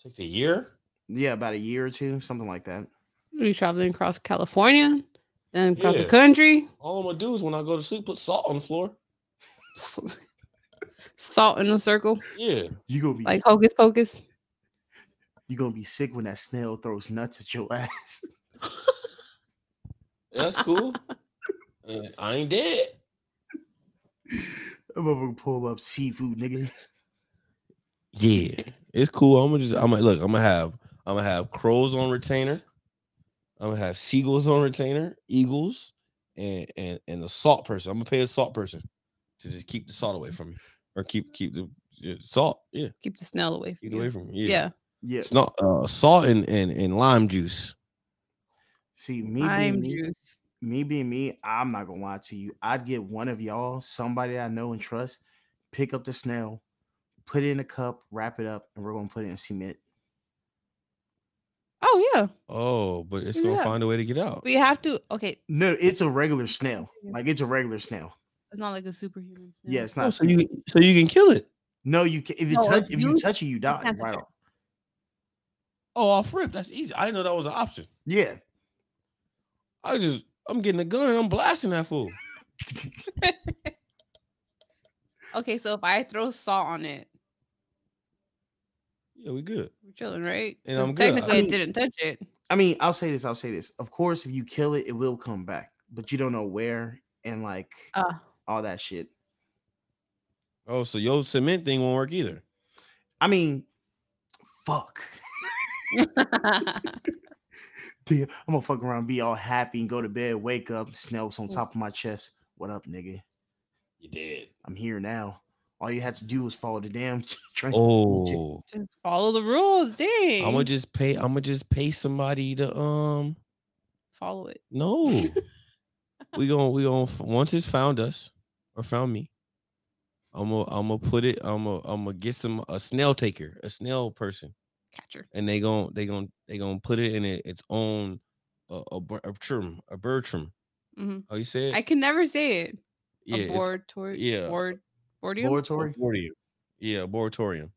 [SPEAKER 2] takes a year.
[SPEAKER 1] Yeah, about a year or two, something like that.
[SPEAKER 3] You traveling across California, then across the
[SPEAKER 2] Yeah.
[SPEAKER 3] country.
[SPEAKER 2] All I'm gonna do is when I go to sleep, put salt on the floor.
[SPEAKER 3] S- Salt in a circle,
[SPEAKER 2] Yeah.
[SPEAKER 1] You gonna be
[SPEAKER 3] like hocus pocus.
[SPEAKER 1] you gonna be sick when that snail throws nuts at your ass.
[SPEAKER 2] That's cool. and I ain't dead.
[SPEAKER 1] I'm gonna pull up seafood, nigga.
[SPEAKER 2] Yeah, it's cool. I'm gonna just I'm gonna look. I'm gonna have I'm gonna have crows on retainer. I'm gonna have seagulls on retainer, eagles, and and and a salt person. I'm gonna pay a salt person to just keep the salt away from me, or keep keep the yeah, salt. Yeah,
[SPEAKER 3] Keep the snail away from
[SPEAKER 2] keep it
[SPEAKER 3] you.
[SPEAKER 2] away from me. Yeah,
[SPEAKER 3] yeah.
[SPEAKER 1] Yeah.
[SPEAKER 2] it's not uh, salt and, and and lime juice.
[SPEAKER 1] See, me being
[SPEAKER 3] Lime
[SPEAKER 1] me,
[SPEAKER 3] juice.
[SPEAKER 1] me being me, I'm not gonna lie to you. I'd get one of y'all, somebody I know and trust, pick up the snail, put it in a cup, wrap it up, and we're gonna put it in cement.
[SPEAKER 3] Oh yeah.
[SPEAKER 2] Oh, but it's gonna
[SPEAKER 3] Yeah.
[SPEAKER 2] find a way to get out.
[SPEAKER 3] We have to okay.
[SPEAKER 1] No, it's a regular snail. Like it's a regular snail.
[SPEAKER 3] It's not like a superhuman snail.
[SPEAKER 1] Yeah, it's
[SPEAKER 2] Oh,
[SPEAKER 1] not.
[SPEAKER 2] so you so you can kill it.
[SPEAKER 1] no, you can if you
[SPEAKER 3] No, if
[SPEAKER 1] touch if you
[SPEAKER 3] you-
[SPEAKER 1] touch it, you die.
[SPEAKER 3] can't touch
[SPEAKER 1] Right
[SPEAKER 3] it.
[SPEAKER 1] off.
[SPEAKER 2] Oh, off rip. That's easy. I didn't know that was an option.
[SPEAKER 1] Yeah.
[SPEAKER 2] I just I'm getting a gun and I'm blasting that fool.
[SPEAKER 3] Okay, so if I throw salt on it,
[SPEAKER 2] Yeah, we good.
[SPEAKER 3] we're chilling, right?
[SPEAKER 2] And
[SPEAKER 3] 'Cause
[SPEAKER 2] I'm good. I
[SPEAKER 3] technically,
[SPEAKER 1] mean-
[SPEAKER 3] it didn't touch it.
[SPEAKER 1] I mean, I'll say this. I'll say this. Of course, if you kill it, it will come back, but you don't know where and like
[SPEAKER 3] Uh,
[SPEAKER 1] all that shit.
[SPEAKER 2] Oh, so your cement thing won't work either.
[SPEAKER 1] I mean, fuck. Damn, I'm gonna fuck around, be all happy, and go to bed, wake up, snails on top of my chest. What up, nigga?
[SPEAKER 2] You did.
[SPEAKER 1] I'm here now. All you had to do was follow the damn train.
[SPEAKER 2] Oh,
[SPEAKER 3] just follow the rules. Dang.
[SPEAKER 2] I'ma just pay. I'ma just pay somebody to um.
[SPEAKER 3] follow it.
[SPEAKER 2] No, we gonna we gonna f- once it's found us or found me. I'm gonna I'm gonna put it. I'm gonna I'm gonna get some a snail taker, a snail person,
[SPEAKER 3] Catcher.
[SPEAKER 2] and they gon' they gon' they gonna put it in it, its own uh, a bur- a trim a bird trim.
[SPEAKER 3] hmm
[SPEAKER 2] Oh, you said
[SPEAKER 3] I can never say it.
[SPEAKER 2] yeah,
[SPEAKER 3] a
[SPEAKER 2] it's
[SPEAKER 3] board tour.
[SPEAKER 2] yeah.
[SPEAKER 3] Board. Boardium.
[SPEAKER 1] Laboratory.
[SPEAKER 2] arboretum. Yeah, arboretum.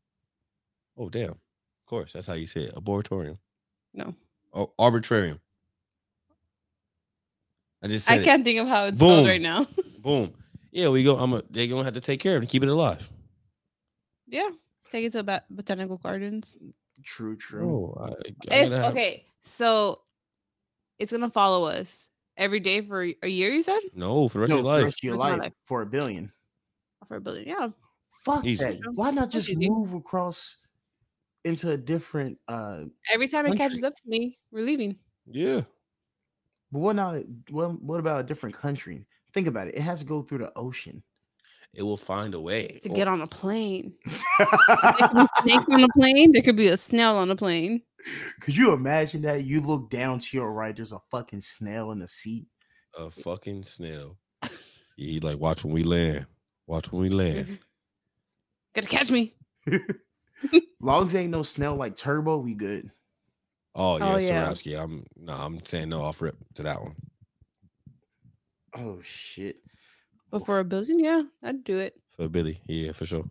[SPEAKER 2] Oh damn! Of course, that's how you say it. Arboretum.
[SPEAKER 3] No.
[SPEAKER 2] Oh, arbitrarium. I just
[SPEAKER 3] I
[SPEAKER 2] said
[SPEAKER 3] can't think of how it's spelled
[SPEAKER 2] Boom.
[SPEAKER 3] right now.
[SPEAKER 2] it. Boom. Yeah, we go. I'm. A, they gonna have to take care of it, keep it alive.
[SPEAKER 3] yeah. Take it to bat- botanical gardens.
[SPEAKER 1] True, true.
[SPEAKER 2] Bro, Oh, I, I
[SPEAKER 3] If,
[SPEAKER 2] gotta have-
[SPEAKER 3] okay, so it's gonna follow us every day for a year. You said
[SPEAKER 2] No, for the rest
[SPEAKER 1] No, for
[SPEAKER 2] of your
[SPEAKER 1] the
[SPEAKER 2] life.
[SPEAKER 1] rest of your
[SPEAKER 3] Rest of my
[SPEAKER 1] life,
[SPEAKER 3] life.
[SPEAKER 1] for a billion.
[SPEAKER 3] for a billion. Yeah.
[SPEAKER 1] Fuck
[SPEAKER 2] Easy.
[SPEAKER 1] that. Why not just
[SPEAKER 3] easy.
[SPEAKER 1] move across into a different uh
[SPEAKER 3] Every time it
[SPEAKER 2] Country.
[SPEAKER 3] catches up to me, we're leaving.
[SPEAKER 2] Yeah.
[SPEAKER 1] but what not what, what about a different country? Think about it. It has to go through the ocean.
[SPEAKER 2] it will find a way
[SPEAKER 3] to
[SPEAKER 2] or-
[SPEAKER 3] get on a plane. There could be snakes on the plane. There could be a snail on the plane.
[SPEAKER 1] Could you imagine that? You look down to your right, there's a fucking snail in the seat.
[SPEAKER 2] a fucking snail. He like watch when we land. Watch when we
[SPEAKER 3] Mm-hmm.
[SPEAKER 2] land.
[SPEAKER 3] Gotta catch me.
[SPEAKER 1] Long as ain't no snail like Turbo, we good.
[SPEAKER 2] Oh yeah,
[SPEAKER 3] Oh, yeah.
[SPEAKER 2] Sarabsky. I'm no, I'm saying no off rip to that one.
[SPEAKER 1] Oh shit.
[SPEAKER 3] But for a billion, yeah, I'd do it.
[SPEAKER 2] For Billy. Yeah, for sure.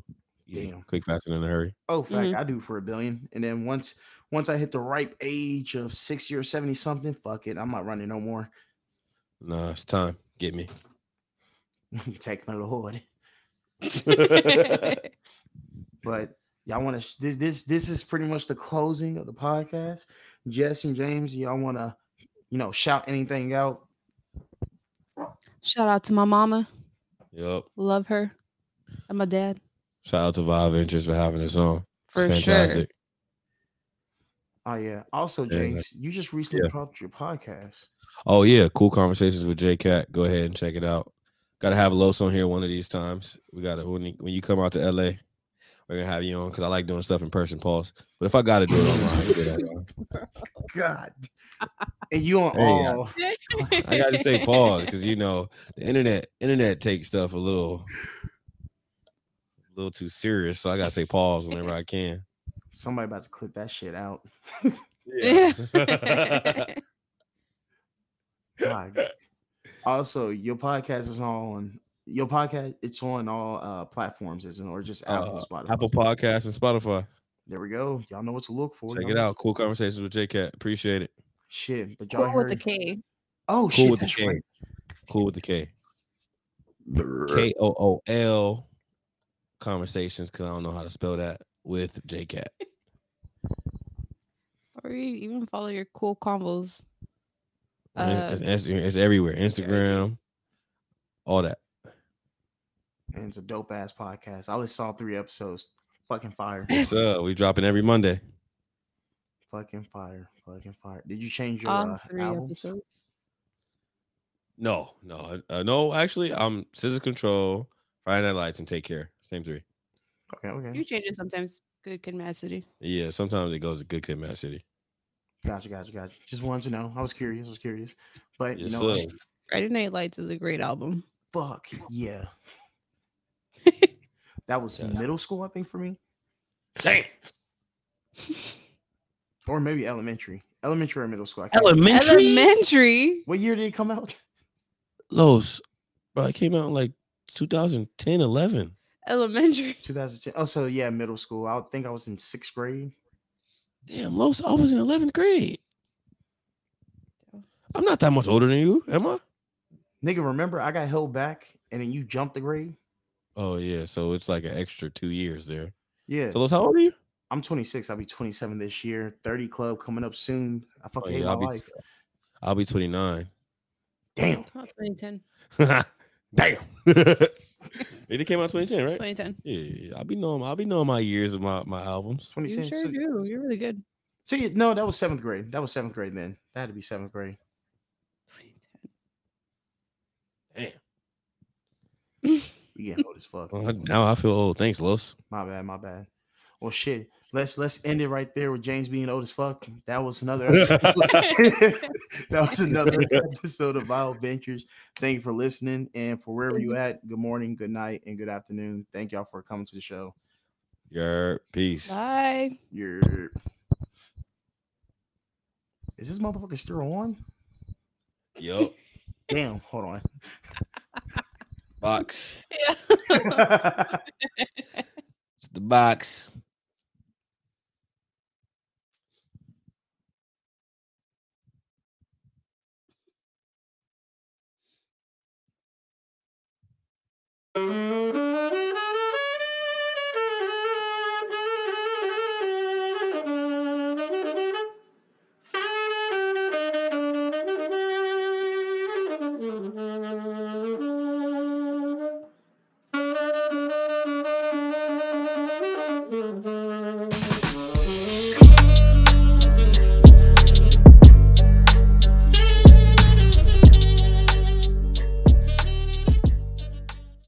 [SPEAKER 2] Easy.
[SPEAKER 1] Damn.
[SPEAKER 2] Quick, fast, and in a hurry.
[SPEAKER 1] Oh fuck,
[SPEAKER 3] Mhm.
[SPEAKER 1] I do for a billion. And then once once I hit the ripe age of 60 or 70 something, fuck it. I'm not running no more.
[SPEAKER 2] Nah, it's time. Get me.
[SPEAKER 1] Take my lord.
[SPEAKER 3] That's
[SPEAKER 1] But y'all want to this this this is pretty much the closing of the podcast. Jess and James, y'all want to you know shout anything out?
[SPEAKER 3] Shout out to my mama.
[SPEAKER 2] Yep.
[SPEAKER 3] Love her. And my dad.
[SPEAKER 2] Shout out to Vibe Ventures for having us on.
[SPEAKER 3] For sure.
[SPEAKER 2] Fantastic.
[SPEAKER 1] Oh yeah. Also,
[SPEAKER 2] Yeah, like-
[SPEAKER 1] James, you just recently
[SPEAKER 2] Yeah.
[SPEAKER 1] dropped your podcast.
[SPEAKER 2] Oh yeah, cool conversations with J Cat. Go ahead and check it out. Got to have Los on here one of these times. We got to when you, when you come out to LA, we're gonna have you on because I like doing stuff in person. Pause. But if I got to do it online, I'll do it online.
[SPEAKER 1] God. And you on
[SPEAKER 2] There you
[SPEAKER 1] all
[SPEAKER 2] I gotta say pause because you know the internet internet takes stuff a little a little too serious. So I gotta say pause whenever I can.
[SPEAKER 1] somebody about to clip that shit out. God. also, your podcast is on your podcast. It's on all uh, platforms, isn't it? Or just Apple,
[SPEAKER 2] Uh,
[SPEAKER 1] Spotify.
[SPEAKER 2] Apple Podcasts and Spotify.
[SPEAKER 1] There we go. Y'all know what to look for.
[SPEAKER 2] Check
[SPEAKER 1] y'all
[SPEAKER 2] it
[SPEAKER 1] know-
[SPEAKER 2] out. Cool conversations with J Cat. Appreciate it.
[SPEAKER 1] Shit, but y'all
[SPEAKER 3] Cool with the
[SPEAKER 1] heard-
[SPEAKER 3] K.
[SPEAKER 1] Oh
[SPEAKER 2] Cool
[SPEAKER 1] shit,
[SPEAKER 2] with the
[SPEAKER 1] that's
[SPEAKER 2] K.
[SPEAKER 1] right.
[SPEAKER 2] Cool with the K.
[SPEAKER 1] Brr.
[SPEAKER 2] K O O L conversations because I don't know how to spell that with J Cat.
[SPEAKER 3] Or you even follow your cool combos. Uh,
[SPEAKER 2] It's, it's, it's everywhere. Instagram, all that.
[SPEAKER 1] And it's a dope ass podcast. I just saw three episodes. Fucking fire.
[SPEAKER 2] What's up? We dropping every Monday.
[SPEAKER 1] Fucking fire. Fucking fire. Did you change your
[SPEAKER 3] all
[SPEAKER 1] uh,
[SPEAKER 3] three
[SPEAKER 1] albums?
[SPEAKER 3] episodes.
[SPEAKER 2] No, no, uh, no. Actually, I'm Scissors Control, Friday Night Lights, and Take Care. Same three.
[SPEAKER 1] Okay, okay.
[SPEAKER 3] You change it sometimes. Good Kid, Mad City.
[SPEAKER 2] Yeah, sometimes it goes to Good Kid, Mad City.
[SPEAKER 1] Gotcha, gotcha, gotcha. Just wanted to know. I was curious. I was curious. But
[SPEAKER 2] Yes,
[SPEAKER 1] you know,
[SPEAKER 2] sir.
[SPEAKER 3] Friday Night Lights is a great album.
[SPEAKER 1] fuck yeah. That was
[SPEAKER 2] Yes.
[SPEAKER 1] middle school, I think, for me.
[SPEAKER 2] Damn.
[SPEAKER 1] or maybe elementary, elementary or middle school. I can't remember.
[SPEAKER 2] Elementary.
[SPEAKER 3] Elementary.
[SPEAKER 1] What year did it come out?
[SPEAKER 2] Los, bro, it came out in like 2010, 11.
[SPEAKER 3] Elementary.
[SPEAKER 1] 2010. Oh, so yeah, middle school. I would think I was in sixth grade.
[SPEAKER 2] Damn, Los, I was in 11th grade. I'm not that much older than you, am I?
[SPEAKER 1] Nigga, remember I got held back and then you jumped the grade?
[SPEAKER 2] Oh, yeah. So it's like an extra two years there.
[SPEAKER 1] Yeah.
[SPEAKER 2] So, Los, how old are you?
[SPEAKER 1] I'm 26. I'll be 27 this year. 30 club coming up soon. I fucking
[SPEAKER 2] Oh, yeah,
[SPEAKER 1] hate
[SPEAKER 2] I'll
[SPEAKER 1] my
[SPEAKER 2] be-
[SPEAKER 1] life.
[SPEAKER 2] I'll be 29.
[SPEAKER 1] Damn.
[SPEAKER 3] Oh, 2010.
[SPEAKER 2] Damn. it came out 2010, right?
[SPEAKER 3] 2010.
[SPEAKER 2] Yeah, yeah, I'll be knowing I'll be knowing my years of my, my albums.
[SPEAKER 3] You
[SPEAKER 1] 26.
[SPEAKER 3] sure
[SPEAKER 1] so,
[SPEAKER 3] do. You're really good.
[SPEAKER 1] so yeah, no, that was seventh grade. That was seventh grade then. That had to be seventh grade.
[SPEAKER 2] Damn.
[SPEAKER 1] We getting old as fuck.
[SPEAKER 2] Well, Uh, now I feel old. Thanks, Los.
[SPEAKER 1] My bad, my bad. Well shit. Let's let's end it right there with James being old as fuck. That was another episode.
[SPEAKER 3] 2010.
[SPEAKER 1] that was another episode of Wild Ventures. Thank you for listening. And for wherever you at, good morning, good night, and good afternoon. Thank y'all for coming to the show.
[SPEAKER 2] Your peace.
[SPEAKER 3] Bye.
[SPEAKER 1] You're is this motherfucker still on?
[SPEAKER 2] Yup.
[SPEAKER 1] Damn, hold
[SPEAKER 2] Box.
[SPEAKER 3] Yeah.
[SPEAKER 1] on.
[SPEAKER 2] It's the box.
[SPEAKER 3] Thank you.